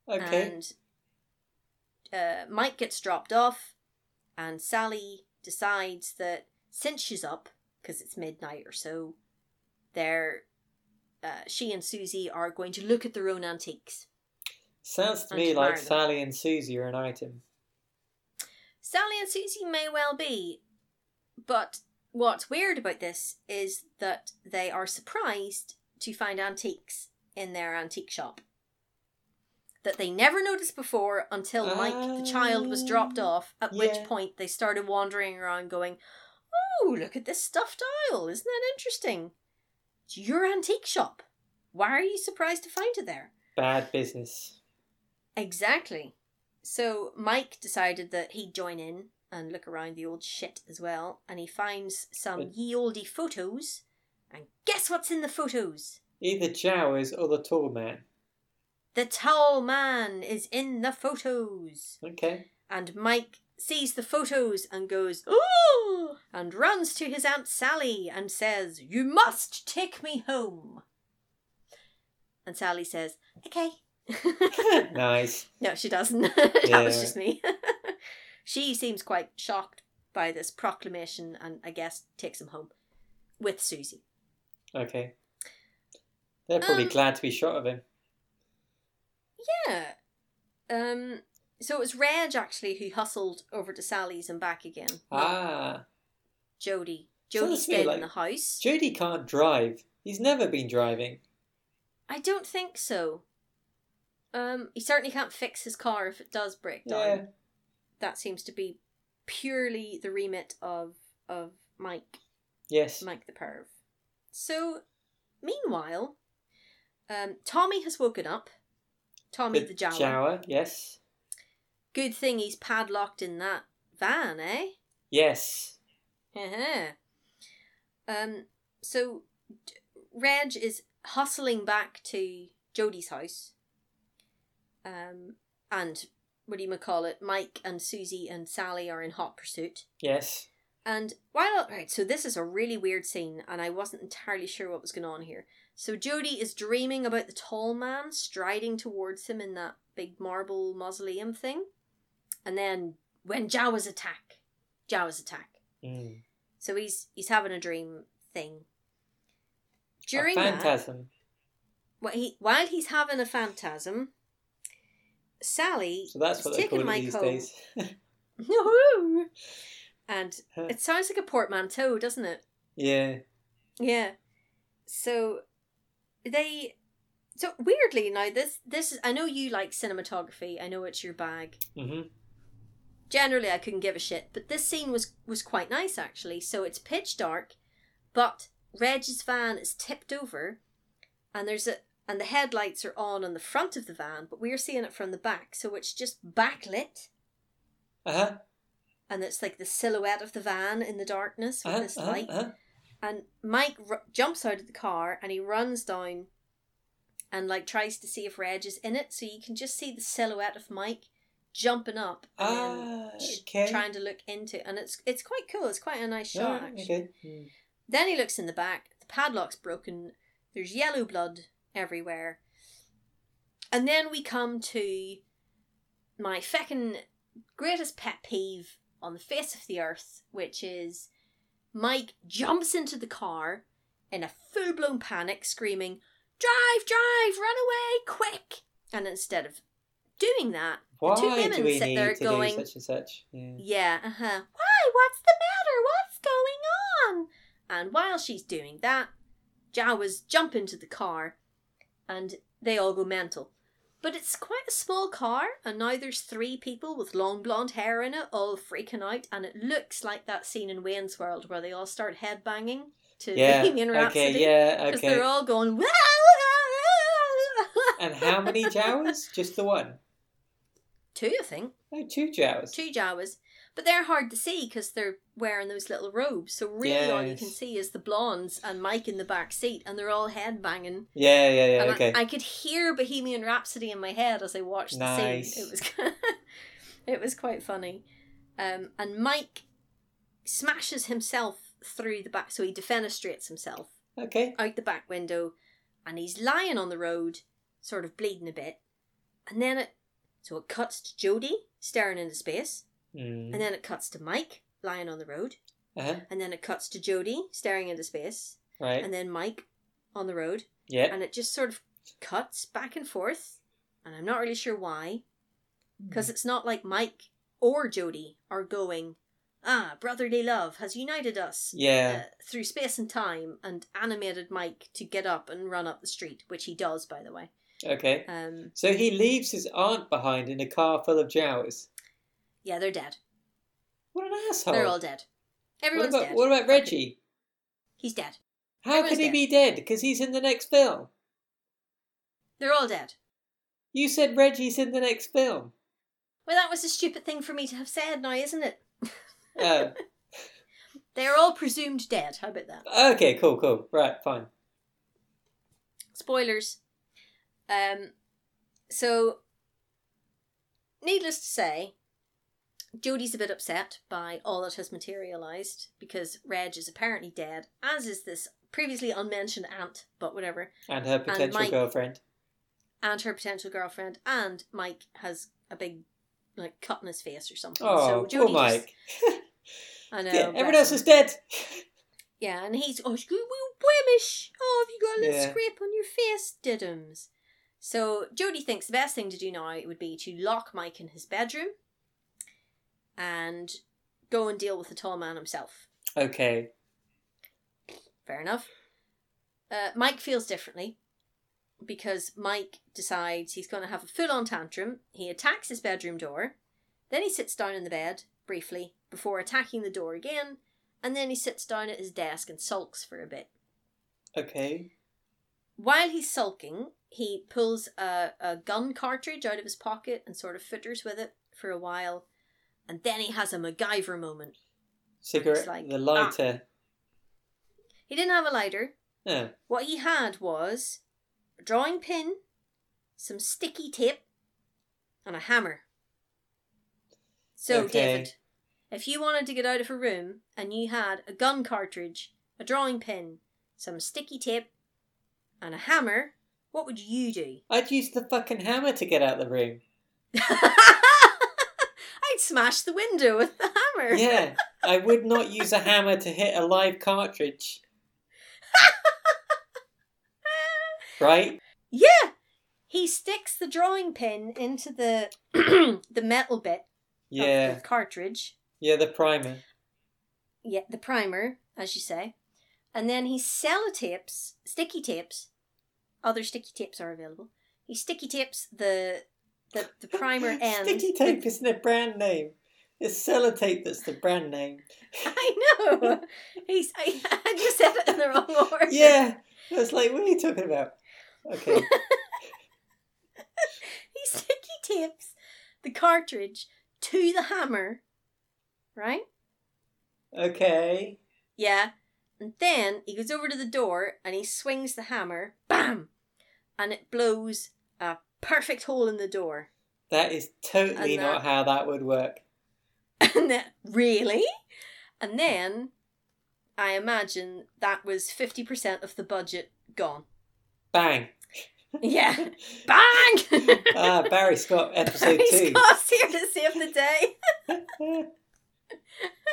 Okay. And uh, Mike gets dropped off, and Sally decides that since she's up, because it's midnight or so, they're, uh, she and Susie are going to look at their own antiques. Sounds to and me to like marry them. Sally and Susie are an item. Sally and Susie may well be, but what's weird about this is that they are surprised to find antiques in their antique shop that they never noticed before until Mike, the child, was dropped Ah, off, at yeah. which point they started wandering around going, Oh, look at this stuffed owl. Isn't that interesting? It's your antique shop. Why are you surprised to find it there? Bad business. Exactly. So Mike decided that he'd join in and look around the old shit as well, and he finds some Good. ye olde photos. And guess what's in the photos? Either Jowers or the tall man. The tall man is in the photos. Okay. And Mike sees the photos and goes, Ooh! And runs to his Aunt Sally and says, You must take me home. And Sally says, Okay. nice. no, she doesn't. that was Yeah. just me. she seems quite shocked by this proclamation and I guess takes him home with Susie. Okay. They're probably Um, glad to be shot of him. Yeah. Um, so it was Reg actually who hustled over to Sally's and back again. not Ah. Jody. So Jody this would be stayed like- in the house. Judy can't drive. He's never been driving. I don't think so. Um, he certainly can't fix his car if it does break down. Yeah. That seems to be purely the remit of of Mike, Yes. Mike the perv. So, meanwhile, um, Tommy has woken up. Tommy the, Jowler. Jower, yes. Good thing he's padlocked in that van, eh? Yes. Uh-huh. Um. So, D- Reg is hustling back to Jodie's house. Um, and what do you call it? Mike and Susie and Sally are in hot pursuit. Yes. And while right, so this is a really weird scene, and I wasn't entirely sure what was going on here. So Jodie is dreaming about the tall man striding towards him in that big marble mausoleum thing, and then when Jawas attack, Jawas attack. Mm. So he's he's having a dream thing. A During that, phantasm. wh- he, while he's having a phantasm, Sally So that's is what they taking call Mike it these home. days. No, and it sounds like a portmanteau, doesn't it? yeah. Yeah. So they so weirdly now this this is I know you like cinematography. I know it's your bag. hmm Generally I couldn't give a shit, but this scene was was quite nice actually. So it's pitch dark, but Reg's van is tipped over and there's a and the headlights are on on the front of the van, but we're seeing it from the back, so it's just backlit Uh-huh. and it's like the silhouette of the van in the darkness with Uh-huh. this uh-huh, light. uh-huh. And Mike r- jumps out of the car and he runs down and like tries to see if Reg is in it. So you can just see the silhouette of Mike jumping up and then Ah, sh- okay. trying to look into and it's it's quite cool. It's quite a nice shot Ah, actually. okay. Mm. Then he looks in the back. The padlock's broken. There's yellow blood everywhere. And then we come to my feckin' greatest pet peeve on the face of the earth, which is Mike jumps into the car in a full blown panic, screaming, Drive, drive, run away, quick! And instead of doing that, Why women do we sit need there to going- do such and such? Yeah. yeah, uh huh. Why? What's the matter? What's going on? And while she's doing that, Jawas jump into the car and they all go mental. But it's quite a small car, and now there's three people with long blonde hair in it all freaking out, and it looks like that scene in Wayne's World where they all start headbanging to Yeah. Bohemian Rhapsody. Okay. Yeah. Because Okay. they're all going, And how many Jowers? Just the one? two, I think. No, two Jowers. two Jawas, but they're hard to see because they're wearing those little robes. So really, all you Yes. can see is the blondes and Mike in the back seat, and they're all head banging. Yeah. Yeah. Yeah. and I- okay. I, could hear Bohemian Rhapsody in my head as I watched the Nice. scene. It was it was quite funny, um, and Mike smashes himself through the back, so he defenestrates himself okay. out the back window and he's lying on the road, sort of bleeding a bit. And then it so it cuts to Jody staring into space, Mm. and then it cuts to Mike lying on the road, Uh-huh. and then it cuts to Jody staring into space, Right. and then Mike on the road, yeah. and it just sort of cuts back and forth, and I'm not really sure why, because it's not like Mike or Jody are going, ah, brotherly love has united us Hmm. yeah. uh, through space and time and animated Mike to get up and run up the street, which he does, by the way. okay. Um, So he leaves his aunt behind in a car full of Jowers. yeah, they're dead. What an asshole! They're all dead. Oh. what Everyone's about dead. what about Reggie? He's dead. How could Everyone's he dead. be dead? Because he's in the next film. They're all dead. You said Reggie's in the next film. Well, that was a stupid thing for me to have said now, isn't it? Um, They're all presumed dead. How about that? okay, cool, cool. Right, fine. spoilers. Um, so, needless to say, Jodie's a bit upset by all that has materialised because Reg is apparently dead, as is this previously unmentioned aunt, but whatever, And her potential Mike- girlfriend. and her potential girlfriend, and Mike has a big like cut in his face or something. Oh, so poor Jodie Mike. Just, I know. yeah, bless everyone else him. is dead. Yeah, and he's oh, you blemish. Oh, have you got a little Yeah. scrape on your face, diddums? So Jody thinks the best thing to do now would be to lock Mike in his bedroom and go and deal with the tall man himself. Okay. Fair enough. Uh, Mike feels differently because Mike decides he's going to have a full on tantrum. He attacks his bedroom door, then he sits down in the bed briefly before attacking the door again, and then he sits down at his desk and sulks for a bit. Okay. While he's sulking, he pulls a, a gun cartridge out of his pocket and sort of footers with it for a while, and then he has a MacGyver moment. Cigarette, It's like, the lighter. He didn't have a lighter. Oh, What he had was a drawing pin, some sticky tape, and a hammer. So, Okay. David, if you wanted to get out of a room and you had a gun cartridge, a drawing pin, some sticky tape, and a hammer, what would you do? I'd use the fucking hammer to get out the room. I'd smash the window with the hammer. Yeah, I would not use a hammer to hit a live cartridge. right? Yeah. He sticks the drawing pin into the the metal bit of Yeah, the cartridge. yeah, the primer. Yeah, the primer, as you say. And then he sellotapes, sticky tapes. Other sticky tapes are available. He sticky tapes the the, the primer end. Sticky tape isn't a brand name. It's sellotape that's the brand name. I know. He's I, I just said it in the wrong order. Yeah, I was like, what are you talking about? Okay, He sticky tapes the cartridge to the hammer, right? okay. Yeah. And then he goes over to the door and he swings the hammer, bam! And it blows a perfect hole in the door. That is totally And not how that would work. And then, really? And then I imagine that was 50% of the budget gone. Bang. Yeah. Bang! Ah, Barry Scott, episode He's two. Scott's here to save the day.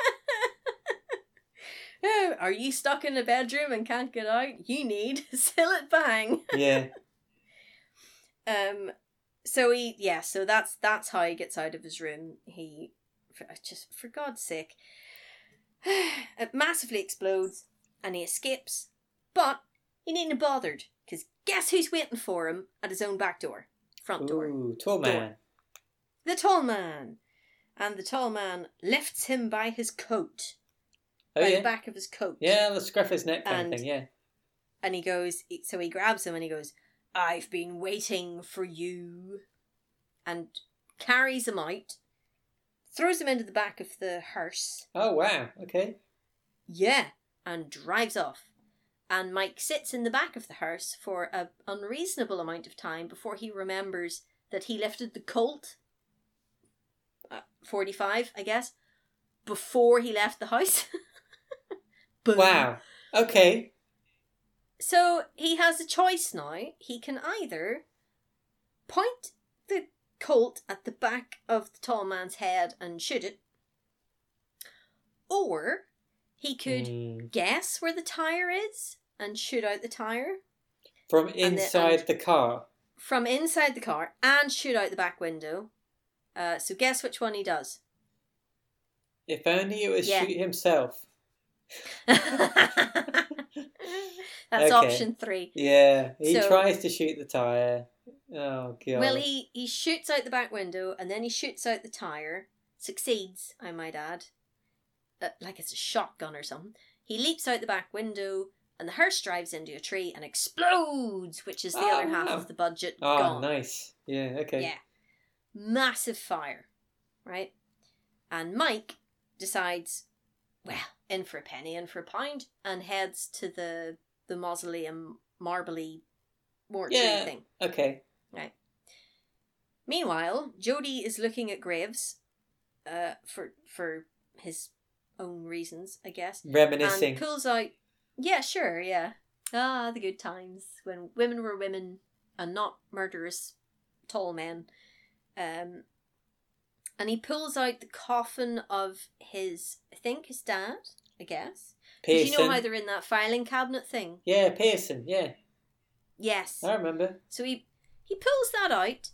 Oh, Are you stuck in a bedroom and can't get out? You need Sillet Bang. yeah, Um, so he yeah, so that's that's how he gets out of his room. He for, I just for God's sake, it massively explodes and he escapes, but he ain't bothered because guess who's waiting for him at his own back door, front door, ooh, tall man. the tall man, and the tall man lifts him by his coat, Oh by yeah, the back of his coat. yeah, the scruff his neck kind And- of thing. Yeah. and he goes so he grabs him and he goes i've been waiting for you and carries him out throws him into the back of the hearse Oh wow. Okay. yeah and drives off and mike sits in the back of the hearse for an unreasonable amount of time before he remembers that he lifted the colt uh, 45 i guess before he left the house Boom. Wow. Okay. So he has a choice now. He can either point the Colt at the back of the tall man's head and shoot it, or he could Mm. guess where the tire is and shoot out the tire From the- and- um, inside the, car. from inside the car and shoot out the back window. Uh, so guess which one he does. If only it was Yeah. shoot himself. That's Okay. option three. Yeah. He So- tries to shoot the tire. Oh god. Well, he, he shoots out the back window and then he shoots out the tyre. Succeeds, I might add. Uh, like it's a shotgun or something. He leaps out the back window and the hearse drives into a tree and explodes, which is the Oh, other half wow. of the budget Oh, gone. nice. Yeah. Okay. Yeah. Massive fire. right? And Mike decides, well, in for a penny, in for a pound, and heads to the the mausoleum marbly mortuary Yeah. thing. Okay. Meanwhile, Jody is looking at graves, uh, for for his own reasons, I guess, Reminiscing. and pulls out. Yeah, sure, yeah. Ah, the good times when women were women and not murderous tall men. Um, and he pulls out the coffin of his, I think his dad, I guess. 'Cause Pearson. you know how they're in that filing cabinet thing. Yeah, Pearson. Yeah, Yes. I remember. So he he pulls that out,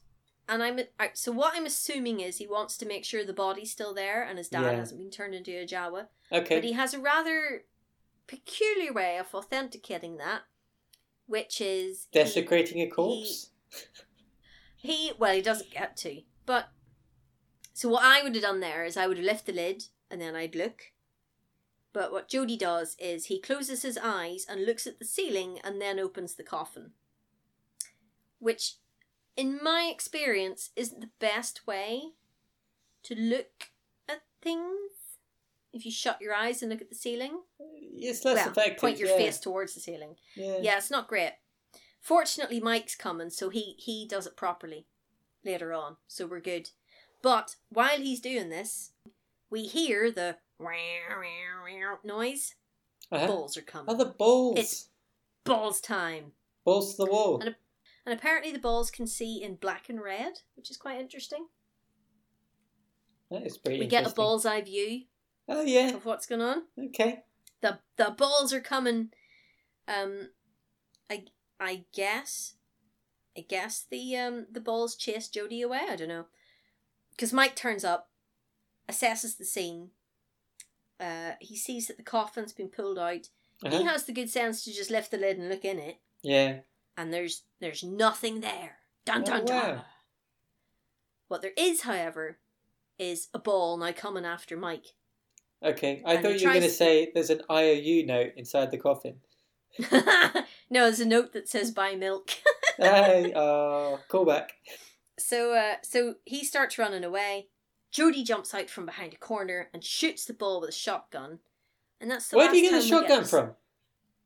and I'm I- so what I'm assuming is he wants to make sure the body's still there and his dad Yeah. hasn't been turned into a Jawa. But Okay. he has a rather peculiar way of authenticating that, which is he- Desecrating a corpse. He, well, he doesn't get to, but so what I would have done there is I would have left the lid and then I'd look. But what Jody does is he closes his eyes and looks at the ceiling and then opens the coffin, which, in my experience, isn't the best way to look at things. If you shut your eyes and look at the ceiling, It's less well, effective. point your yeah. face towards the ceiling. Yeah. Yeah, it's not great. Fortunately, Mike's coming, so he he does it properly later on, so we're good. But while he's doing this, we hear the wow wow wow noise. Uh-huh. Balls are coming. Oh, the balls. It's- Balls time. Balls to the wall. And And apparently, the balls can see in black and red, which is quite interesting. That is pretty We get a interesting. bull's eye view Oh, yeah. of what's going on. Okay. the the balls are coming. Um, I I guess, I guess the um the balls chase Jody away. I don't know, because Mike turns up, assesses the scene. Uh, he sees that the coffin's been pulled out. He Uh-huh. has the good sense to just lift the lid and look in it, Yeah. and there's there's nothing there. Dun Oh, dun dun. wow. What there is, however, is a ball now coming after Mike. Okay. I And he thought you were going to tries- say there's an IOU note inside the coffin. no, there's a note that says buy milk. hey, oh, callback. So uh so he starts running away. Jody jumps out from behind a corner and shoots the bull with a shotgun. And that's the Where last do you get the time we shotgun this. from?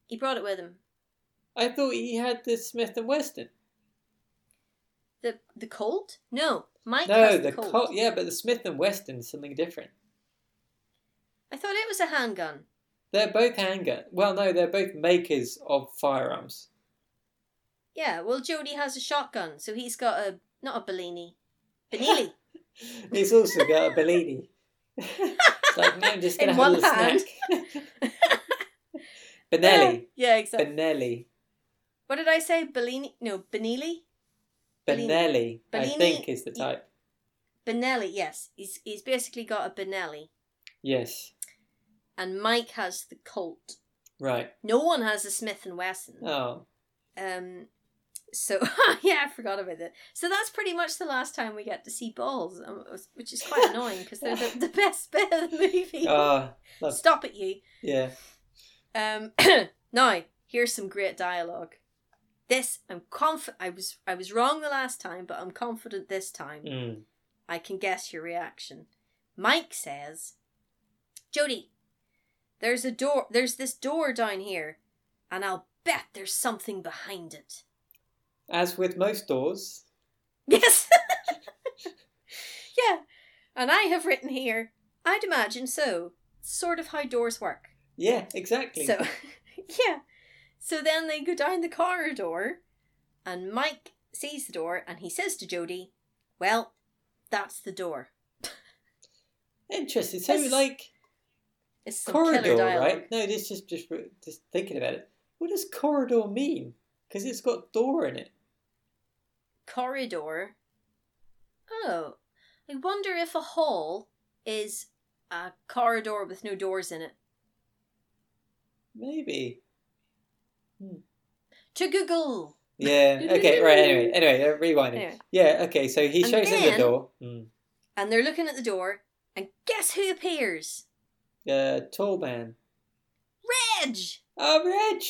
He brought it with him. I thought he had the Smith and Wesson. The the Colt? No. Mike No, has the the, Colt. Colt. Yeah, but the Smith and Wesson is something different. I thought it was a handgun. They're both handgun. Well, no, they're both makers of firearms. Yeah, well Jody has a shotgun, so he's got a not a Bellini. Benelli. He's also got a Bellini. it's like, no, I'm just going to In have a one little hand. snack. Benelli. yeah, exactly. Benelli. what did I say? Bellini no, Benelli? Bellini. Benelli, I Bellini- think, is the type. Benelli, yes. He's he's basically got a Benelli. Yes. And Mike has the Colt. Right. No one has a Smith and Wesson. Oh. Um, so yeah, I forgot about that. So that's pretty much the last time we get to see balls, um, which is quite annoying because they're the, the best bit of the movie. Oh, love- Stop at you. yeah. Um, now here's some great dialogue. This I'm conf. I was I was wrong the last time, but I'm confident this time. Mm. I can guess your reaction. Mike says, Jody, there's a door, there's this door down here, and I'll bet there's something behind it. As with most doors. Yes. yeah. And I have written here, I'd imagine so. Sort of how doors work. Yeah, exactly. So, yeah. So then they go down the corridor, and Mike sees the door and he says to Jody, Well, that's the door. Interesting. So, This- like, It's some corridor, killer dialogue. right? No, this just, just just thinking about it. What does corridor mean? Because it's got door in it. Corridor. Oh. I wonder if a hall is a corridor with no doors in it. Maybe. To Google. Yeah. Okay. Right. Anyway. Anyway. uh, Rewinding. Anyway. Yeah. Okay. So he And shows him the then- door. Mm. and they're looking at the door, and guess who appears? Uh, tall man. Reg! Oh, Reg.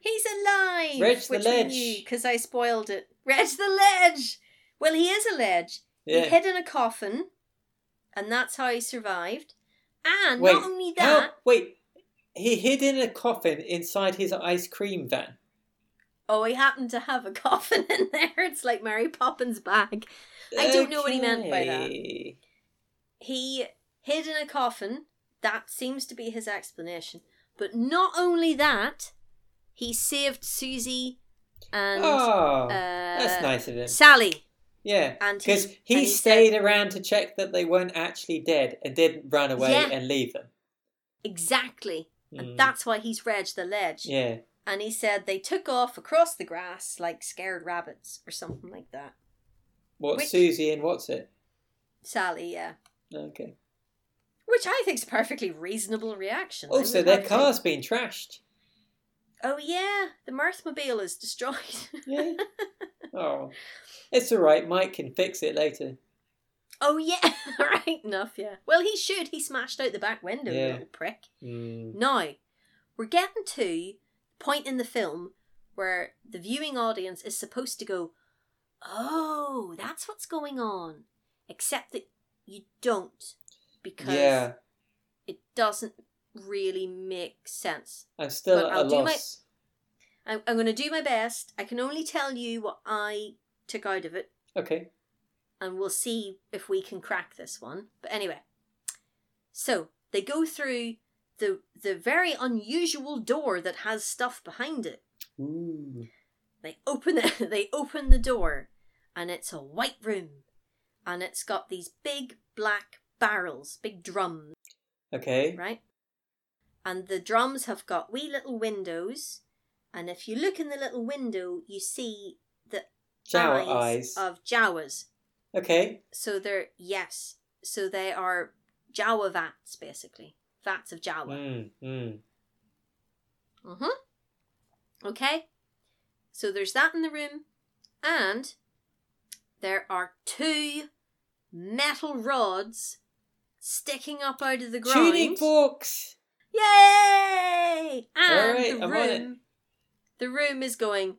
He's alive! Reg the which ledge. because I spoiled it. Reg the ledge! Well, he is a ledge. He Yeah. hid in a coffin, and that's how he survived. And Wait, not only How- that, wait, he hid in a coffin inside his ice cream van. oh, he happened to have a coffin in there. It's like Mary Poppins' bag. I don't know what he meant by that. Okay. He hid in a coffin. That seems to be his explanation. But not only that, he saved Susie and uh, oh, that's nice of him. Sally. Yeah, And because he, he, and he stayed around to check that they weren't actually dead and didn't run away Yeah. and leave them. exactly, Mm, and that's why he's Reg the Ledge. yeah. And he said they took off across the grass like scared rabbits or something like that. What's Which- Susie and what's it? Sally, yeah. Okay. Which I think's a perfectly reasonable reaction. I Also, would their have to- car's been trashed. Oh yeah, the Mirthmobile is destroyed. Yeah. oh, it's all right. Mike can fix it later. oh yeah, right enough. Yeah. Well, he should. He smashed out the back window, Yeah. little prick. Mm. Now, we're getting to the point in the film where the viewing audience is supposed to go, "Oh, that's what's going on," except that you don't because Yeah, it doesn't really make sense. I'm still But at I'll a do my- loss. I'm, I'm going to do my best. I can only tell you what I took out of it, Okay. and we'll see if we can crack this one. But anyway, so they go through the the very unusual door that has stuff behind it. Ooh. They open it. They open the door, and it's a white room, and it's got these big black barrels, big drums, Okay. right? And the drums have got wee little windows, and if you look in the little window, you see Shower eyes. eyes, of Jawas. Okay. So they're yes. So they are Jawa vats basically, vats of Jawa. Mm, mm. Mm-hmm. Okay. So there's that in the room, and there are two metal rods sticking up out of the ground. Tuning forks. Yay! And Alright, the I'm on it. room, the room is going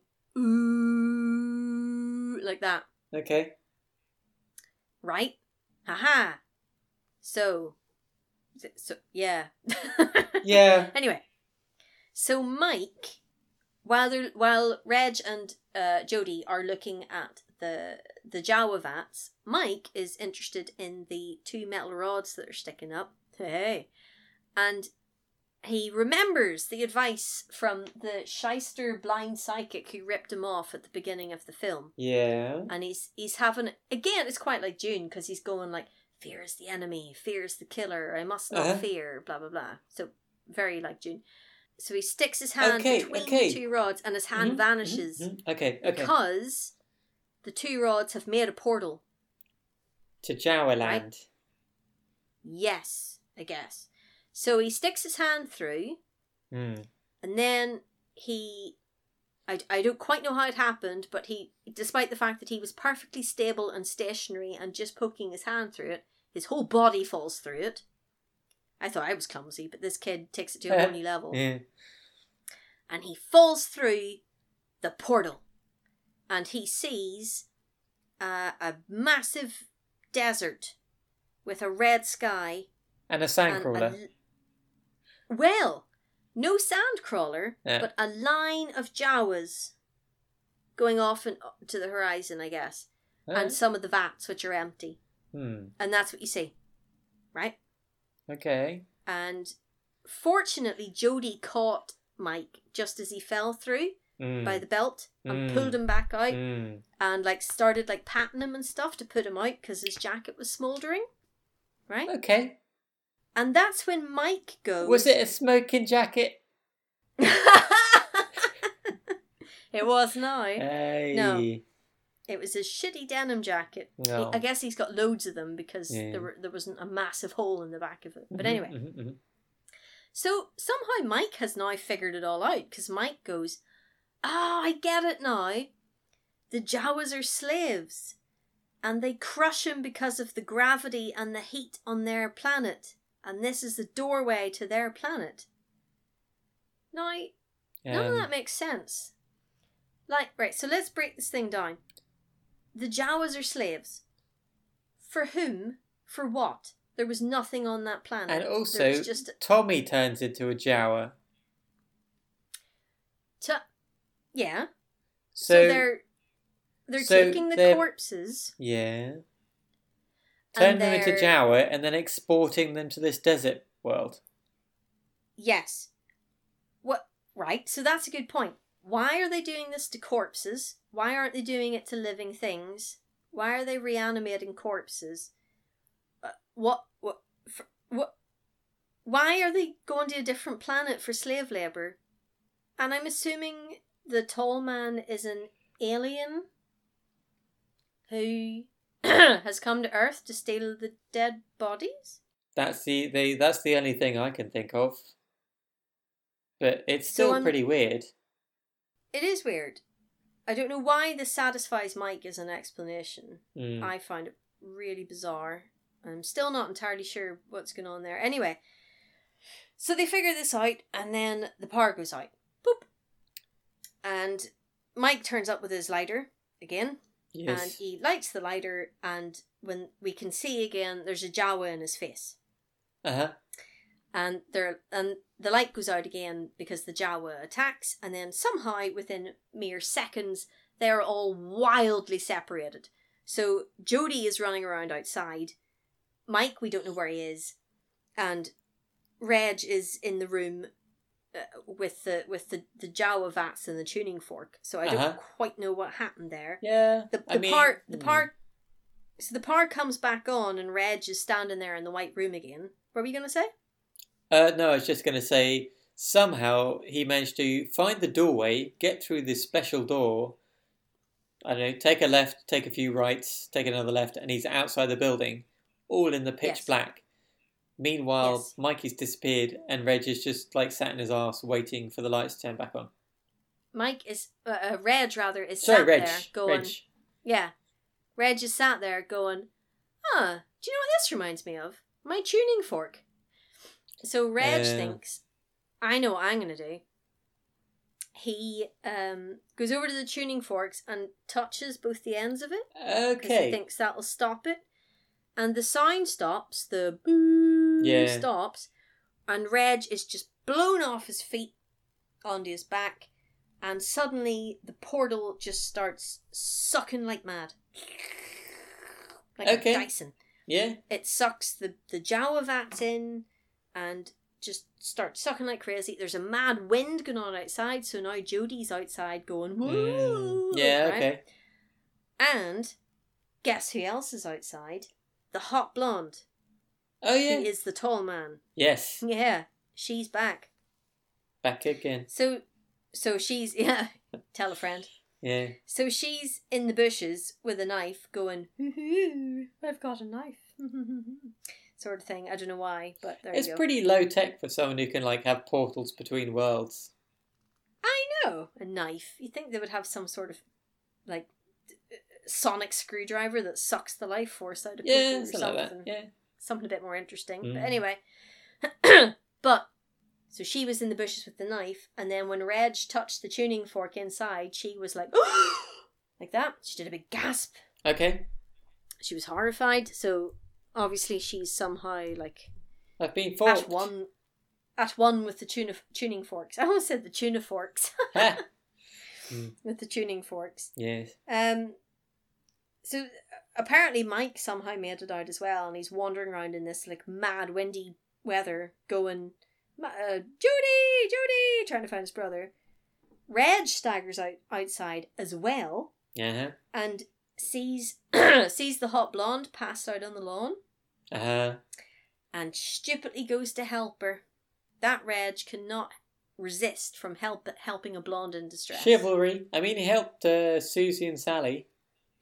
ooh like that. Okay. right? Haha. So, th- so yeah. Yeah. Anyway, so Mike, while they're, while Reg and uh, Jody are looking at the the Jawa vats, Mike is interested in the two metal rods that are sticking up. Hey, and he remembers the advice from the shyster blind psychic who ripped him off at the beginning of the film Yeah. and he's he's having again it's quite like june because he's going like fear is the enemy fear is the killer i must not Uh-huh. fear blah blah blah so very like june so he sticks his hand Okay, between okay. the two rods and his hand Mhm, vanishes mhm, mhm. Okay. Okay. because the two rods have made a portal To Jawa land. yes i guess so he sticks his hand through Mm. and then he I, I don't quite know how it happened but he despite the fact that he was perfectly stable and stationary and just poking his hand through it his whole body falls through it i thought i was clumsy but this kid takes it to a whole new level Yeah. and he falls through the portal and he sees uh, a massive desert with a red sky And a sand and crawler. Um, a l- well, no sand crawler, Yeah. but a line of Jawas going off and up to the horizon, I guess, Huh? and some of the vats which are empty, Hmm. and that's what you see, right? Okay. And fortunately, Jody caught Mike just as he fell through Mm. by the belt and Mm. pulled him back out Mm. and like started like patting him and stuff to put him out because his jacket was smouldering, right? Okay. And that's when Mike goes. Was it a smoking jacket? it was now. Hey. It was a shitty denim jacket. No. I guess he's got loads of them because Yeah. there were, there wasn't a massive hole in the back of it. But Mhm, anyway, mhm, mhm. so somehow Mike has now figured it all out because Mike goes, "Ah, I get it now. The Jawas are slaves, and they crush him because of the gravity and the heat on their planet, and this is the doorway to their planet." Now, None Um, of that makes sense. Like, right, so let's break this thing down. The Jawas are slaves. For whom? For what? They're There was nothing on that planet. And there also, was just Tommy turns into a Jawa. t- yeah. So, So, they're they're so taking the they're- corpses. yeah, and turning them into they're- Jawa and then exporting them to this desert world. Yes. What? Right. So that's a good point. Why are they doing this to corpses? Why aren't they doing it to living things? Why are they reanimating corpses? Uh, what? What? For, what? Why are they going to a different planet for slave labor? And I'm assuming the tall man is an alien who has come to Earth to steal the dead bodies. That's the, the that's the only thing I can think of. But it's still I'm- pretty weird. It is weird. I don't know why this satisfies Mike as an explanation. Mm. I find it really bizarre. I'm still not entirely sure what's going on there. Anyway, so they figure this out, and then the power goes out. Boop. And Mike turns up with his lighter again, and yes. he lights the lighter, and when we can see again, there's a Jawa in his face, Uh huh. and there and the light goes out again because the Jawa attacks, and then somehow within mere seconds they're all wildly separated. So Jody is running around outside. Mike, we don't know where he is, and Reg is in the room uh, with the with the the Jawa vats and the tuning fork. So I don't Uh-huh. quite know what happened there. Yeah. The, I the mean, part the mm. part so the part comes back on and Reg is standing there in the white room again. What were you gonna say? Uh, no, I was just going to say somehow he managed to find the doorway, get through this special door. I don't know, take a left, take a few rights, take another left, and he's outside the building, all in the pitch Yes. black. Meanwhile, Yes. Mikey's disappeared, and Reg is just like sat in his arse waiting for the lights to turn back on. Mike is uh, uh, Reg rather is Sorry, sat Reg. there going Reg. yeah. Reg is sat there going, huh? Do you know what this reminds me of? My tuning fork. So Reg Yeah. thinks, I know what I'm gonna do. He um, goes over to the tuning forks and touches both the ends of it. because he Okay. thinks that'll stop it. And the sign stops, the boo Yeah. stops, and Reg is just blown off his feet onto his back, and suddenly the portal just starts sucking like mad. Like Okay. a Dyson. Yeah. It sucks the, the Jawa vats in and just starts sucking like crazy. There's a mad wind going on outside, so now Jodie's outside going, Mm. woo! Yeah, right? okay. And guess who else is outside? The hot blonde. Oh, who yeah. is the tall man. Yes. Yeah, she's back. Back again. So, so she's yeah. Tell a friend. Yeah. So she's in the bushes with a knife, going, "Hoo-hoo, "I've got a knife," sort of thing. I don't know why, but there It's you go. pretty low tech for someone who can like have portals between worlds. I know a knife. You think they would have some sort of like d- uh, sonic screwdriver that sucks the life force out of Yeah, people or something something? like that. Yeah. something a bit more interesting. Mm. But anyway, but so she was in the bushes with the knife, and then when Reg touched the tuning fork inside, she was like, like that. She did a big gasp. Okay, She was horrified. So obviously, she's somehow like I've been forked. at one, at one with the tuna tuning forks. I almost said the tuna forks Ha! with the tuning forks. yes. Um, so uh, apparently Mike somehow made it out as well, and he's wandering around in this like mad windy weather, going, "Ma- uh, "Judy, Judy," trying to find his brother. Reg staggers out outside as well Uh and sees sees the hot blonde passed out on the lawn huh. Uh and stupidly goes to help her. That Reg cannot resist from help helping a blonde in huh. distress. Chivalry. I mean, it helped uh, Susie and Sally.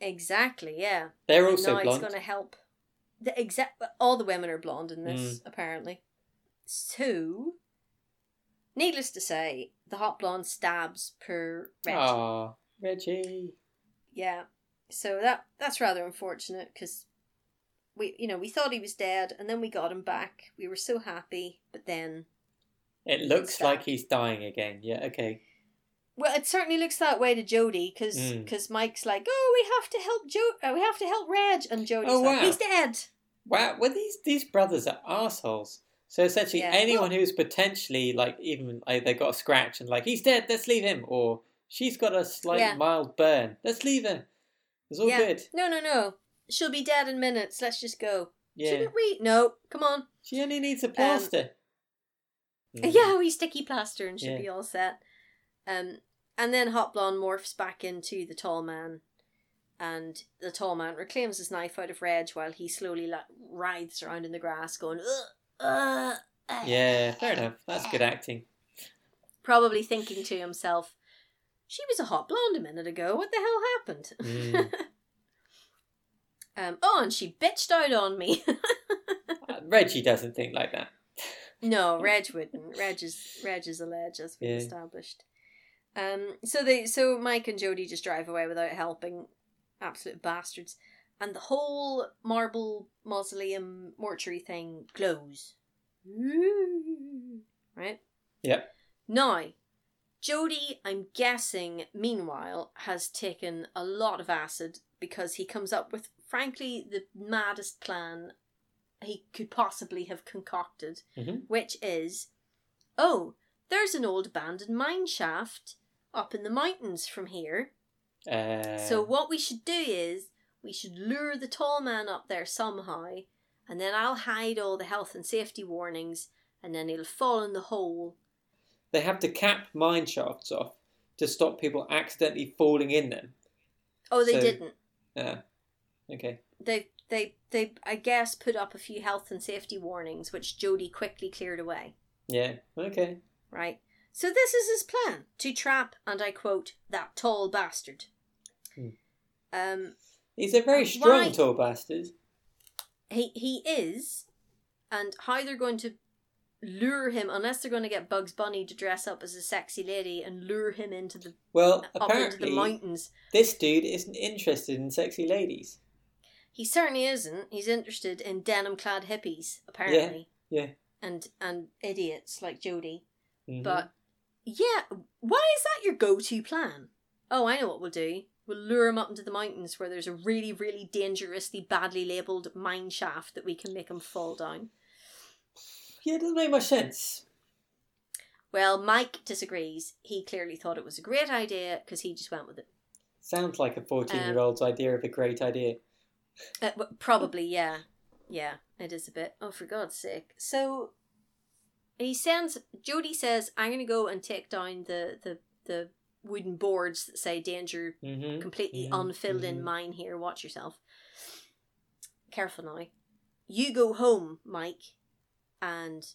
Exactly, yeah. They're And also now blonde. it's going to help. The exact all the women are blonde in this Mm. apparently. So, needless to say, the hot blonde stabs per Reg. Aw, Reggie. Yeah, so that that's rather unfortunate because we you know we thought he was dead and then we got him back. We were so happy, but then It looks like he's dying again. Yeah. Okay. well, it certainly looks that way to Jody because Mm. Mike's like, oh, we have to help Jo, uh, we have to help Reg, and Jody's Oh, like, wow. he's dead. Wow, well these these brothers are assholes. So essentially, Yeah. anyone who's potentially like even like they got a scratch and like he's dead, let's leave him, or she's got a slight Yeah. mild burn, let's leave him. It's all yeah. good. No, no, no. She'll be dead in minutes. Let's just go. Yeah, Shouldn't we? No. Come on. she only needs a plaster. Mm. Yeah, we sticky plaster and should Yeah. be all set. Um, and then Hot Blonde morphs back into the tall man, and the tall man reclaims his knife out of Reg while he slowly la- writhes around in the grass, going, "Ugh, uh, uh," yeah, fair enough. That's good acting. probably thinking to himself, "She was a hot blonde a minute ago. What the hell happened?" Mm. Um, oh, and she bitched out on me. Uh, Reggie doesn't think like that. No, Reg wouldn't. Reg is Reg is a ledge, as we Yeah. established. Um. So they, so Mike and Jody just drive away without helping, absolute bastards, and the whole marble mausoleum mortuary thing glows. Right. Yep. Now, Jody, I'm guessing, meanwhile, has taken a lot of acid because he comes up with, frankly, the maddest plan he could possibly have concocted, Mhm. which is oh, there's an old abandoned mine shaft up in the mountains from here. Uh, So, what we should do is we should lure the tall man up there somehow, and then I'll hide all the health and safety warnings, and then he'll fall in the hole they have to cap mine shafts off to stop people accidentally falling in them. Oh, they So- didn't. Uh, okay. They they they I guess put up a few health and safety warnings, which Jody quickly cleared away. Yeah. Okay. Right. So this is his plan to trap and I quote that tall bastard. Hmm. Um, He's a very And strong why- tall bastard. he he is, and how they're going to lure him unless they're going to get Bugs Bunny to dress up as a sexy lady and lure him into the Well, up into the apparently mountains. this dude isn't interested in sexy ladies. He certainly isn't. He's interested in denim clad hippies, apparently. yeah. And and idiots like Jody. Mhm. But yeah, why is that your go to plan? Oh, I know what we'll do. We'll lure him up into the mountains where there's a really, really dangerously badly labelled mine shaft that we can make him fall down. yeah, it doesn't make much sense. Well, Mike disagrees. He clearly thought it was a great idea because he just went with it. Sounds like a fourteen-year-old's Um, idea of a great idea. Uh, w- probably, yeah. Yeah, it is a bit. Oh, for God's sake. So he sends, Jody says, I'm going to go and take down the, the, the wooden boards that say danger, Mm-hmm. completely mhm, unfilled in mhm. mine here. Watch yourself. Careful now. You go home, Mike, and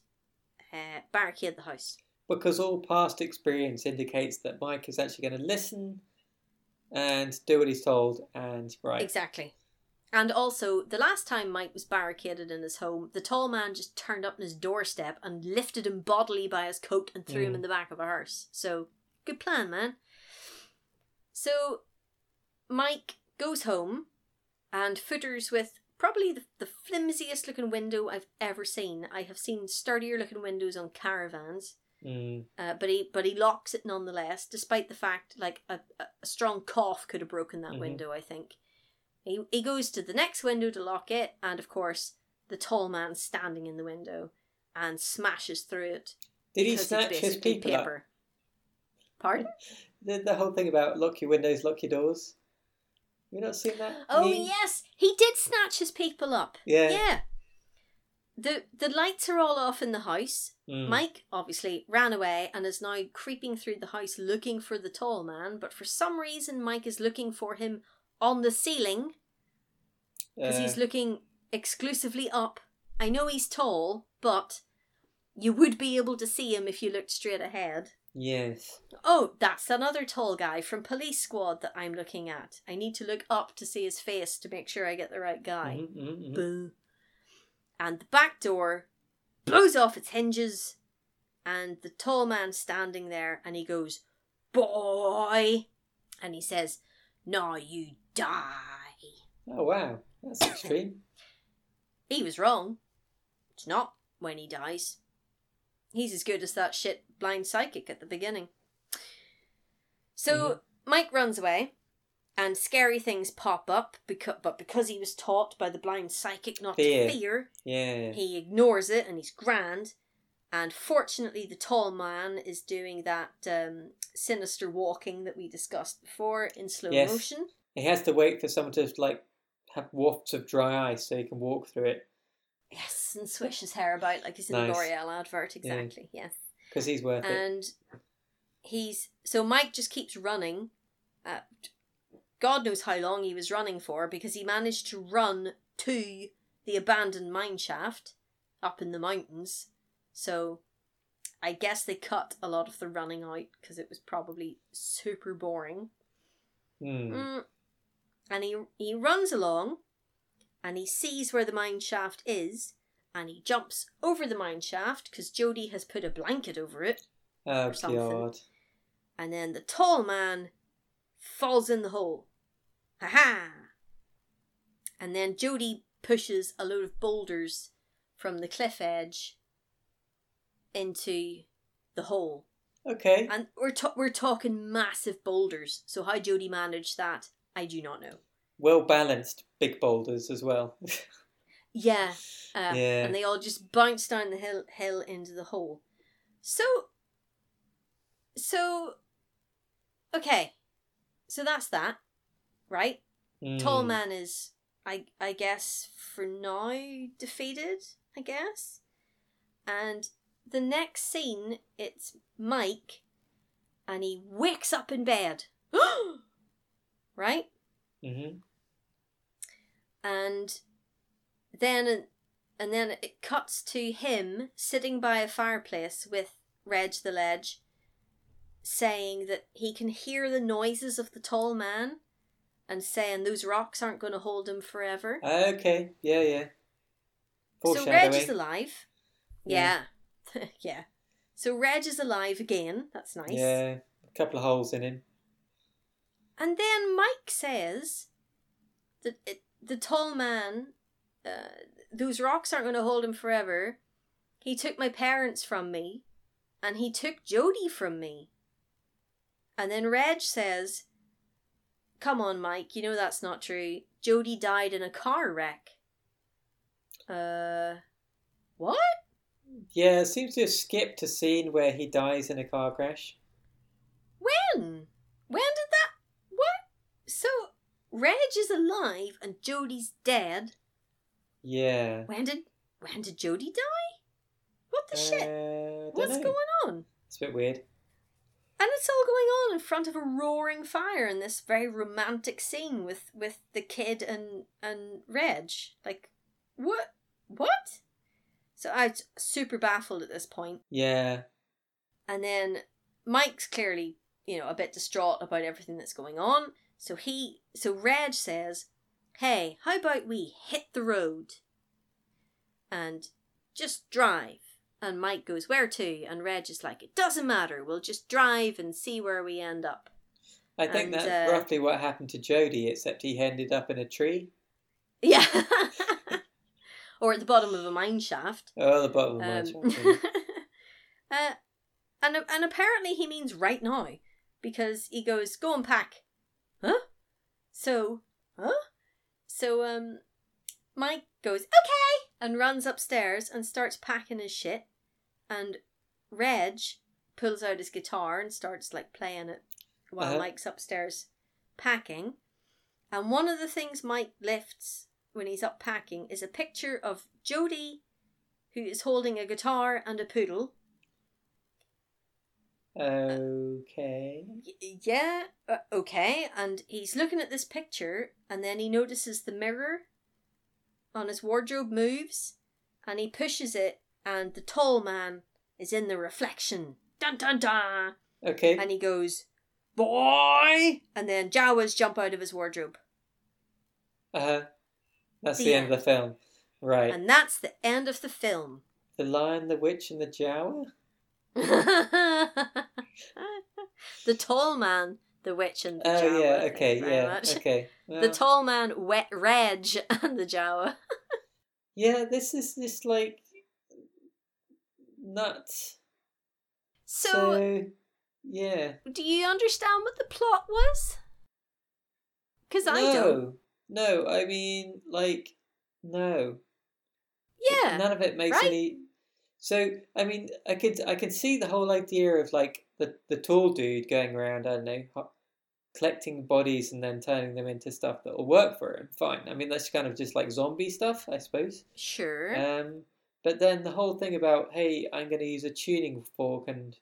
uh, barricade the house. Because all past experience indicates that Mike is actually going to listen and do what he's told and right. Exactly. And also, the last time Mike was barricaded in his home, the tall man just turned up on his doorstep and lifted him bodily by his coat and threw him Mm. in the back of a hearse. So, good plan, man. So, Mike goes home and footers with probably the, the flimsiest looking window I've ever seen. I have seen sturdier looking windows on caravans. Mm. Uh, but he but he locks it nonetheless, despite the fact like a, a a strong cough could have broken that Mhm. window. I think he he goes to the next window to lock it, and of course the tall man's standing in the window and smashes through it. Did he because it's snatch his basically people up? Pardon? The, the whole thing about lock your windows, lock your doors. You not seen that? Oh meme? yes, he did snatch his people up. Yeah. yeah. The the lights are all off in the house, Mm. Mike obviously ran away and is now creeping through the house looking for the tall man, but for some reason, Mike is looking for him on the ceiling because Uh, he's looking exclusively up. I know he's tall, but you would be able to see him if you looked straight ahead. yes. Oh, that's another tall guy from Police Squad that I'm looking at. I need to look up to see his face to make sure I get the right guy. Mhm, mhm, mhm. Boo. And the back door blows off its hinges, and the tall man standing there, and he goes, "Boy," and he says, "Now you die." Oh wow, that's extreme. He was wrong. It's not when he dies. He's as good as that shit blind psychic at the beginning. So Mike runs away, and scary things pop up because but because he was taught by the blind psychic not Fear. to fear Yeah. he ignores it and he's grand and fortunately the tall man is doing that um, sinister walking that we discussed before in slow Yes. motion He has to wait for someone to like have wafts of dry ice so he can walk through it yes and swish his hair about like he's in a Nice. l'oreal advert exactly yes because he's worth it. and he's so Mike just keeps running. Uh, God knows how long he was running for because he managed to run to the abandoned mine shaft up in the mountains. So I guess they cut a lot of the running out because it was probably super boring. Hmm. Mm. And he he runs along, and he sees where the mine shaft is, and he jumps over the mine shaft because Jody has put a blanket over it. Oh or something. god. And then the tall man falls in the hole. Ha ha! And then Jody pushes a load of boulders from the cliff edge into the hole. Okay. And we're, ta- we're talking massive boulders. So, how Jody managed that, I do not know. Well balanced big boulders as well. Yeah. Uh, Yeah. And they all just bounce down the hill, hill into the hole. So, so, okay. So that's that, right? Tall Hmm. man is, I, I guess, for now defeated, I guess. And the next scene, it's Mike and he wakes up in bed. right? Mhm. and then and then it cuts to him sitting by a fireplace with Reg the Ledge saying that he can hear the noises of the tall man and saying those rocks aren't going to hold him forever. Okay. Yeah. Yeah. So Reg is Foreshadowing. alive. Yeah. Yeah. Yeah. So Reg is alive again. That's nice. Yeah. A couple of holes in him. And then Mike says that it, the tall man, uh, those rocks aren't going to hold him forever. He took my parents from me, and he took Jody from me. And then Reg says, "Come on, Mike. You know that's not true. Jody died in a car wreck." Uh, what? Yeah. It seems to have skipped a scene where he dies in a car crash. When? When did that? What? So Reg is alive and Jody's dead. Yeah. When did when did Jody die? What the Uh, shit? don't What's know. going on? It's a bit weird. And it's all going on in front of a roaring fire in this very romantic scene with with the kid and and Reg. Like, what? What? So I'm super baffled at this point. Yeah. And then Mike's clearly, you know, a bit distraught about everything that's going on. So he, so Reg says, "Hey, how about we hit the road and just drive?" And Mike goes, "Where to?" And Reg is like, "It doesn't matter. We'll just drive and see where we end up." I think And, that's uh, roughly what happened to Jody, except he ended up in a tree. Yeah. or at the bottom of a mine shaft. Oh, the bottom of my Um, tree. uh, and and apparently he means right now because he goes go and pack, huh? So huh? So um, Mike goes okay and runs upstairs and starts packing his shit, and Reg pulls out his guitar and starts like playing it while Uh-huh. Mike's upstairs packing. And one of the things Mike lifts when he's up packing is a picture of Jody, who is holding a guitar and a poodle. uh, Okay. Y- yeah, uh, okay. And he's looking at this picture, and then he notices the mirror on his wardrobe moves, and he pushes it, and the tall man is in the reflection. Dun dun dun! Okay. And he goes, Boy! And then Jawas jump out of his wardrobe. Uh huh. That's The the, end of the film. Right. And that's the end of the film. The Lion, the Witch, and the Jawa? the tall man, the witch, and the Oh, Jawa. yeah. thank you Okay. very Yeah. much. Okay. The Well, tall man, wet Reg, and the Jawa. yeah, this is this, like, nuts. So, so, yeah. do you understand what the plot was? Because no, I don't. no. I mean, like, no. Yeah. None of it makes right? any. So I mean, I could I could see the whole idea of like the the tall dude going around. I don't know, ho- collecting bodies and then turning them into stuff that will work for him. Fine. I mean, that's kind of just like zombie stuff, I suppose. Sure. Um, but then the whole thing about hey, I'm going to use a tuning fork and,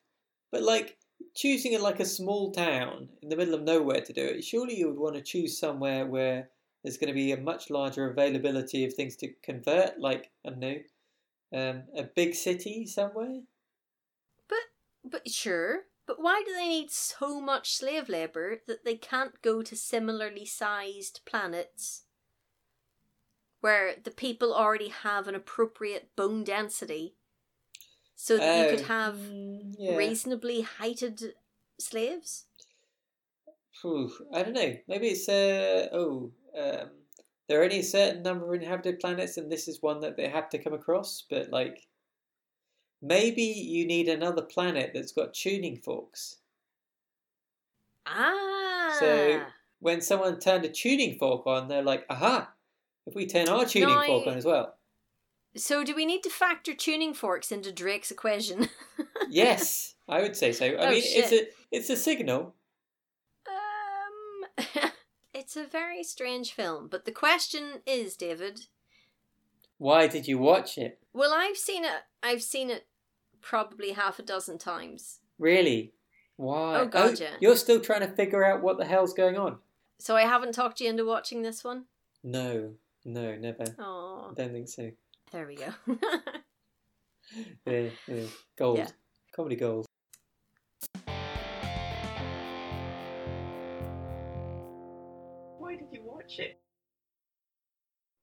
but like choosing in like a small town in the middle of nowhere to do it. Surely you would want to choose somewhere where there's going to be a much larger availability of things to convert. Like I don't know, um, a big city somewhere. but sure. But why do they need so much slave labor that they can't go to similarly sized planets where the people already have an appropriate bone density so that you could Oh, have mm, yeah. reasonably heighted slaves? Phew, I don't know. Maybe it's uh oh. Um, there are only a certain number of inhabited planets, and this is one that they have to come across. But like, maybe you need another planet that's got tuning forks. Ah. When someone turned a tuning fork on, they're like, "Aha! If we turn our tuning No, fork I- on as well, So do we need to factor tuning forks into Drake's equation? yes, I would say so. I Oh, mean, it's a shit. it's a signal. um It's a very strange film, but the question is, David, Why did you watch it? Well, I've seen it. I've seen it probably half a dozen times. Really? Why? Oh, God, yeah. You're still trying to figure out what the hell's going on. So I haven't talked you into watching this one. No, no, never. I Oh, don't think so. there we go. Yeah, yeah. Gold. Yeah. Comedy gold. Why did you watch it?